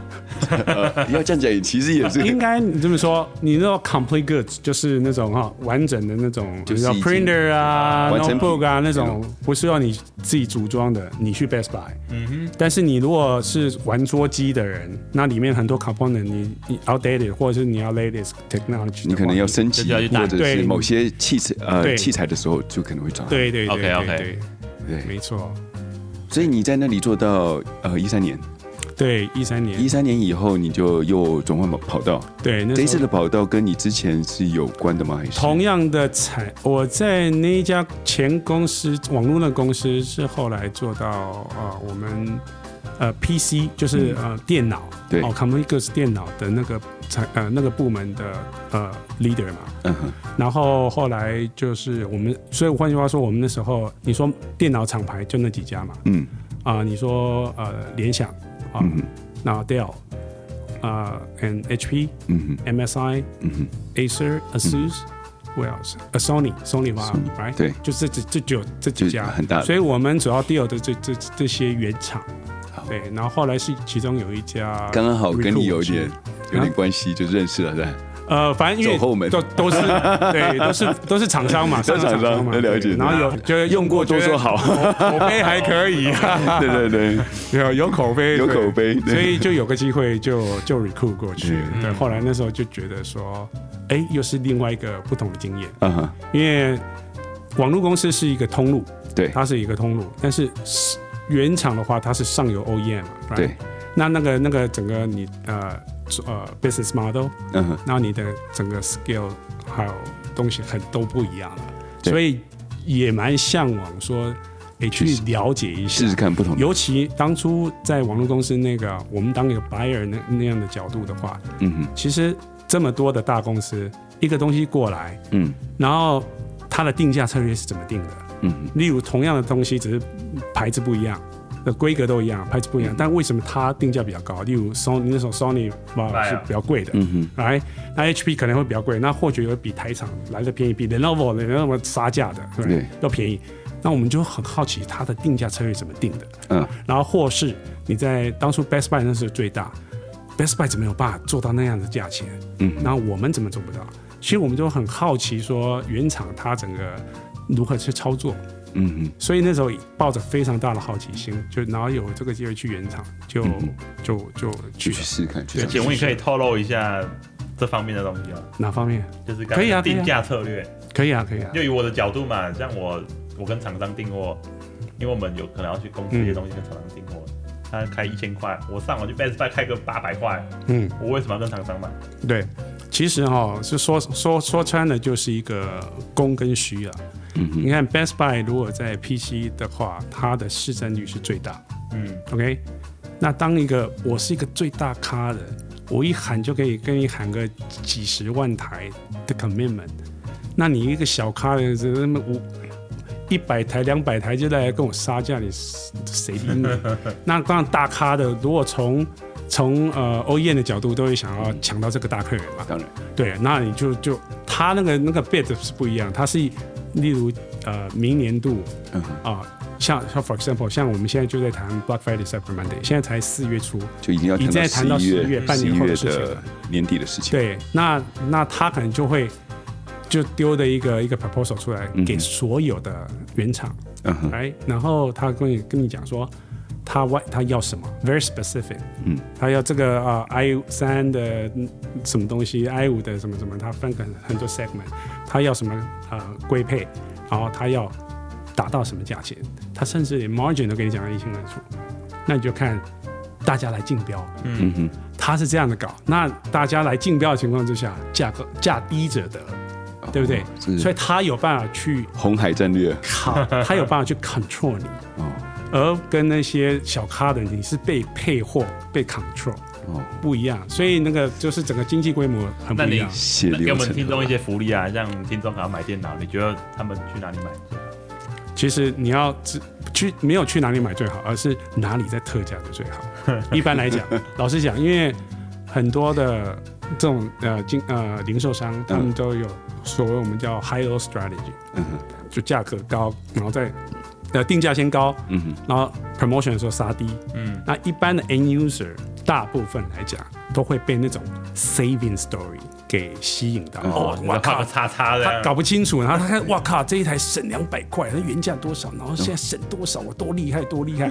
呃要这样讲，其实也是
应该你这么说，你那种 complete goods 就是那种哈完整的那种，
就是
叫
已经
printer 啊、
完成品
notebook 啊那种，不是要你自己组装的，你去 Best Buy。嗯哼。但是你如果是玩桌机的人，那里面很多 component 你你 outdated 或者是你要 latest technology，
你可能要
升。
升级
就要去打
或者是
对
某些器材呃
对
器材的时候，就可能会找到。
对对对
OK，OK
对对，
对，
没错。
所以你在那里做到呃一三年，
嗯对，一三年
一，三年以后你就又转换跑跑道，
对，那
这一
时
次
候
的跑道跟你之前是有关的吗？还是
同样的产，我在那一家前公司，网络的公司是后来做到呃，我们呃 PC 就是、呃电脑，
嗯对
哦 c o m m u n i c a t e 电脑的那个产呃那个部门的呃 leader 嘛，
嗯哼，
然后后来就是我们，所以换句话说，我们那时候你说电脑厂牌就那几家嘛，
嗯
啊、你说呃联想啊，
嗯哼
然后 Dell 啊、and HP
嗯哼
MSI
嗯哼，
Acer、ASUS、What else？呃，Sony、Sony 吧
嗯 Sony，
，right？
对
就这这这就这几家
就很大的
所以我们主要 deal 的这这这些原厂
好，
对，然后后来是其中有一家，
刚刚好跟你有点
recruit
有点关系，就认识了，是吧？
呃，反正因为
走后门
都 都是对，都是都是厂商嘛，
都是厂商
商嘛，
那了解
对然后有就是用过
多说好，
口碑还 可以，
对对对，
有有口碑，
有
对
口碑对
所以就有个机会就就 recruit 过去。
嗯
对，后来那时候就觉得说，哎，又是另外一个不同的经验，
啊哈，
因为网络公司是一个通路，
对
它是一个通路，但是原厂的话，它是上游 OEM，right？
对，
那那个那个整个你呃呃 business model，
嗯哼，
那你的整个 skill 还有东西很都不一样了，
对
所以也蛮向往说，诶，去了解一下
试。试看不同的，
尤其当初在网络公司那个，我们当一个 buyer 那那样的角度的话，
嗯哼，
其实这么多的大公司，一个东西过来，
嗯
然后它的定价策略是怎么定的？
嗯哼，
例如同样的东西，只是牌子不一样，的规格都一样，牌子不一样，但为什么它定价比较高？例如 Sony 那时候 Sony 嘛
Vaio
是比较贵的，
嗯哼，
来，那 HP 可能会比比较贵，那或许有比台厂来的便宜，比 Lenovo Lenovo 杀价的，对不对
对，
要便宜。那我们就很好奇它的定价策略怎么定的。
嗯，
然后或是你在当初 Best Buy 那时候最大，Best Buy 怎么有办法做到那样的价钱？嗯，然后我们怎么做不到？其实我们就很好奇，说原厂它整个如何去操作。
嗯嗯，
所以那时候抱着非常大的好奇心，就然后有这个机会去原厂，就、
嗯
就就
去
去
去
了
试试看，去
那
尝试
请问你可以透露一下这方面的东西吗？
哪方面？
就是
可以啊
刚才定价策略。
可以啊，可以啊。
就以我的角度嘛，像我我跟厂商订货，因为我们有可能要去公司一些东西跟厂商订货，他开一千块，我上网去 Best Buy 开个八百块，
嗯，
我为什么要跟厂商买？
对，其实哈、是说说说穿了就是一个供跟需啊。
嗯哼
你看 Best Buy 如果在 PC 的话，它的市占率是最大。
嗯，
OK，那当一个我是一个最大咖的，我一喊就可以跟你喊个几十万台的 commitment，那你一个小咖的，这那么五一百台、两百台就来跟我杀价，你谁理你？ 那当然大咖的，如果从从呃欧燕的角度，都会想要抢到这个大客人嘛。
当然，
对，那你就就他那个那个 bid 是不一样，他是例如呃明年度
嗯哼，
啊、像像 for example，像我们现在就在谈 Black Friday、Cyber Monday，现在才四月初，
就已经要
已经在
谈
谈到
到十一
11月半
十一
年后
月
的事情
的
了
年底的事情，
对，那那他可能就会就丢的一个一个 proposal 出来
嗯哼
给所有的原厂，
嗯哼，
哎、然后他跟你跟你讲说。他 what 他要什么？Very specific，
嗯，
他要这个啊、i 三的嗯什么东西，I 五的什么什么，他分个很很多 segment，他要什么呃规配，然后他要达到什么价钱，他甚至连 margin 都给你讲的一清二楚，那你就看大家来竞标，
嗯哼，
他是这样的搞，那大家来竞标的情况之下，价格价低者得，
哦
对不对？
是
所以他有办法去
红海战略
考，他有办法去 control 你，
哦
而跟那些小咖的你是被配货、被 control
哦，
不一样，所以那个就是整个经济规模很不
那
一
你
样。
血
给
流
我们
成
听
河
众一些福利啊，让听众想要买电脑，你觉得他们去哪里买？
其实你要只去没有去哪里买最好，而是哪里在特价就最好。 一般来讲，老实讲，因为很多的这种呃经呃零售商，他们都有所谓我们叫 high low strategy，
嗯哼
就价格高，然后再呃定价先高，
嗯哼，
然后 promotion 的时候杀低。
嗯，
那一般的 end user 大部分来讲都会被那种 saving story 给吸引到。
哦
我靠，叉叉
他
啊
的，
搞不清楚，然后他看，哇靠，这一台省两百块，它原价多少，然后现在省多少，我多厉害，多厉 害。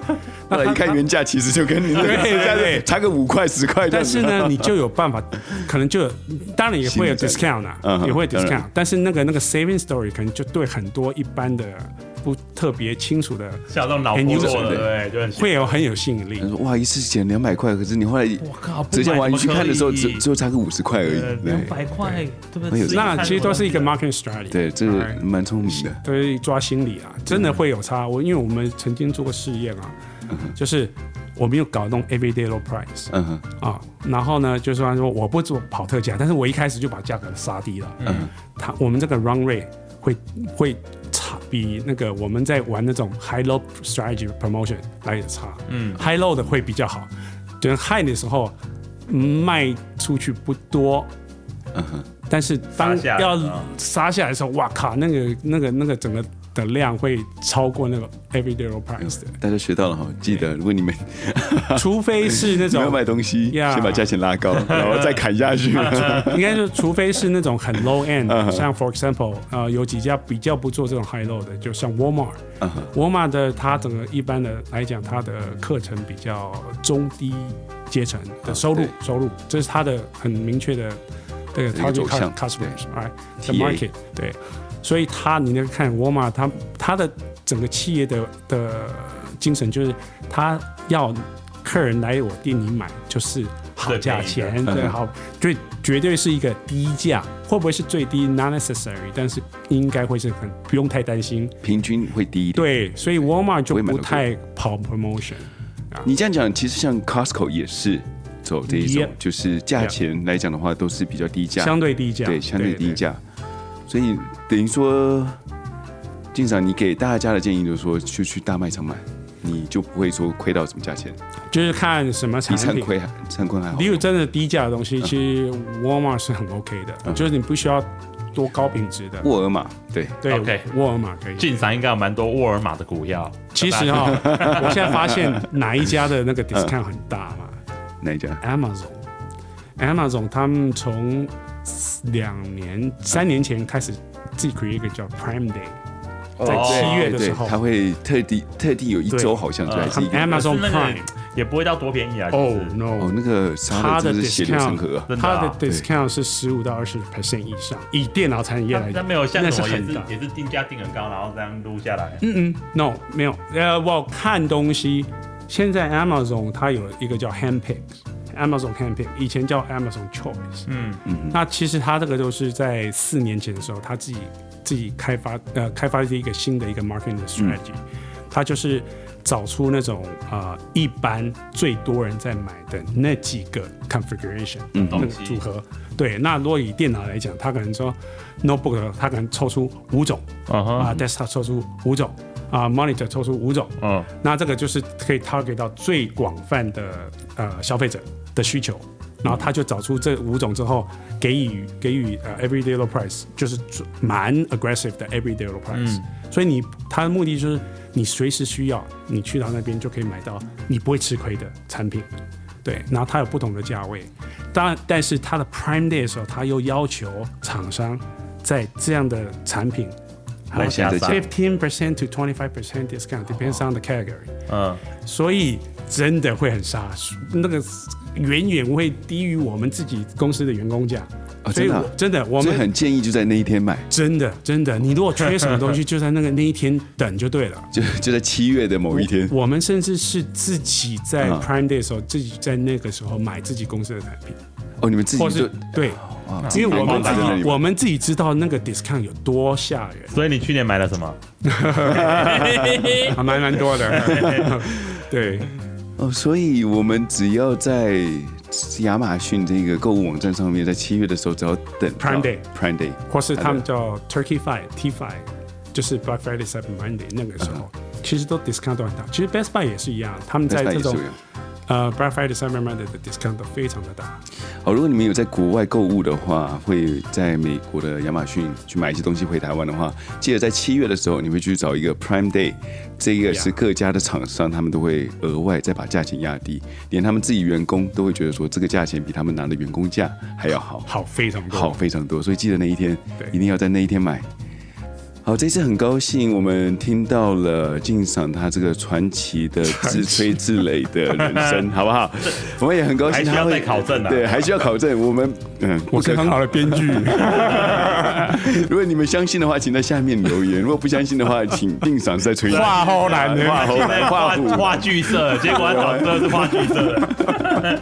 后来一看原价，其实就跟你那个
对对对
差个五块十块这样
但
子，
是呢，你就有办法，可能就有，当然也会 有
心理战
discount 啊，
嗯哼
也会有
当然
discount，但是那个那个 saving story 可能就对很多一般的不特别清楚的，
像这种脑波弱
End user，
的，对，就很
会有很有吸引力
他。说哇，一次减两百块，可是你后来
靠不
折
买
价完
怎
你
么
去看的时候，
可以
只只有差个五十块而已。
两百块，对不
哎呦
对？
那其实都是一个 marketing strategy，
对，对，这个蛮聪明的。
都是抓心理啊，真的会有差。我因为我们曾经做过试验啊，就是我们有搞那种 everyday low price，
嗯哼，
啊，然后呢，就是说说我不做跑特价，但是我一开始就把价格杀低了。嗯，他我们这个 run rate 会会差比那个我们在玩那种 high low strategy promotion 来的差。嗯，high low 的会比较好，等 high 的时候卖出去不多。嗯但是
杀
当
下来
要
啊
杀下来的时候，哇靠，那个那个那个整个的量会超过那个 everyday low price 的，
大家学到了哈，记得如果你们
除非是那
你
种
们要买东西，
呀
先把价钱拉高，然后再砍下 去。
应该就除非是那种很 low end，
嗯
的像 for example，呃，有几家比较不做这种 high low 的，就像 Walmart。
嗯哼
Walmart 的它整个一般的来讲，它的课程比较中低阶层的收入
对，
收入这是它的很明确的这个
一个
target
走向
customers，哎，the
TA
market，对，所以它你那个看 Walmart，它它的整个企业的的精神就是它要客人来我店里买就是好
最
价
便宜的
钱，嗯对，好，最绝对是一个低价，会不会是最低 not necessary，但是应该会是很不用太担心。
平均会低一点。
对，所以 Walmart 就
我也买
不
了过
太跑 promotion。
你这样讲，其实像 Costco 也是走这一种
Yep，
就是价钱来讲的话，都是比较低价，
相对低价，
对，相对低。价。所以等于说，进长，你给大家的建议就是说，去去大卖场买，你就不会说亏到什么价钱，
对就是看什么
比
产
灿
品。
亏还灿坤还好嗯
例。如真的低价的东西，其实 Walmart 是很 OK 的，就是你不需要多高品质的。
沃尔玛，对，
对
OK
沃尔玛可以。
进场应该有蛮多沃尔玛的股票，
其实哦 哈、我现在发现哪一家的那个
嗯
discount 很大嘛
哪一家？
？Amazon，Amazon 他们从两年、三年前开始自己 create 一个叫 Prime Day，在七月的时候
哦对，他会特地特地有一
对呃
周，好像是还是一个
他
但
们 Amazon
是那个
Prime
也不会到多便宜啊，就
哦
是
no，
哦，那个杀
它
的
的
真是血流成河
discount，
啊！
真的
它
啊
的 discount 是十五到二十 percent 以上，以电脑产业来
它它
讲，
没有像
那
什
是
么也
很
是
大。
也是定价定很高，然后这样撸下来。
嗯嗯，no 没有，呃，我看东西，现在 Amazon 它有一个叫 handpick，Amazon handpick，以前叫 Amazon choice，
嗯，
那其实它这个就是在四年前的时候，它自己自己开发呃开发了一个新的一个 marketing 的 strategy，、它就是找出那种呃一般最多人在买的那几个 configuration，嗯那个
东西
组合。对，那如果以电脑来讲，它可能说 notebook 它可能抽出五种
嗯
啊、
哼，
d e s k t o p 抽出五种啊、m o n i t o r 抽出五种，
嗯，
那这个就是可以 target 到最广泛的呃消费者的需求，然后他就找出这五种之后，给予给予呃 everyday low price，就是蛮 aggressive 的 everyday low
嗯
price，、所以你他的目的就是你随时需要，你去到那边就可以买到你不会吃亏的产品，对，然后它有不同的价位，当然但是它的 Prime Day 的时候，它又要求厂商在这样的产品。
来下单
fifteen percent to twenty five percent discount depends on the category，
嗯，
所以真的会很杀，那个远远会低于我们自己公司的员工价。
啊
所以
真的啊
我真的，我
所以
们
很建议就在那一天买，
真的真的，你如果缺什么东 西，就在那个那一天等就对了。
就就在七月的某一天。
我们甚至是自己在
嗯
Prime Day 的时候，自己在那个时候买自己公司的产品，
哦，你们自己
或
就是
对，
啊
因为我
光
们自
在那里
己
买
我们自己知道那个 discount 有多吓人。
所以你去年买了什么？
还蛮蛮多的，对，
哦，所以我们只要在亚马逊这个购物网站上面，在七月的时候，只要等到
Prime Day
Prime Day，
或是他们
哎
叫 Turkey Five、T Five，就是 Black Friday、Cyber Monday 那个时候，其实都 discount 都很大。其实 Best Buy 也是一样，他们在
嗯 Best Buy
这种
也是一样
呃 Black Friday、Cyber Monday 的 discount 都非常的大。
哦，如果你们有在国外购物的话，会在美国的亚马逊去买一些东西回台湾的话，记得在七月的时候，你会去找一个 Prime Day，这个是
Yeah
各家的厂商他们都会额外再把价钱压低，连他们自己员工都会觉得说这个价钱比他们拿的员工价还要好，
好，非常多。
好，非常多，所以记得那一天
对
一定要在那一天买。好，这次很高兴我们听到了敬赏他这个传奇的自吹自擂的人 生，好不好？我们也很高兴
还需
他
要
会
再考证啊
对，还需要考证。我们嗯，
我是很好的编剧，
如果你们相信的话，请在下面留言；如果不相信的话，请敬赏再吹。
画后男的。
画后来画
画
虎。
话剧社，结果他找真的是话剧社的。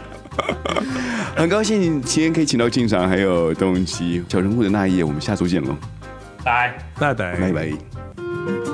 很高兴今天可以请到敬赏还有东西小人物的那一页，我们下周见喽，
来。
拜拜
拜拜。
「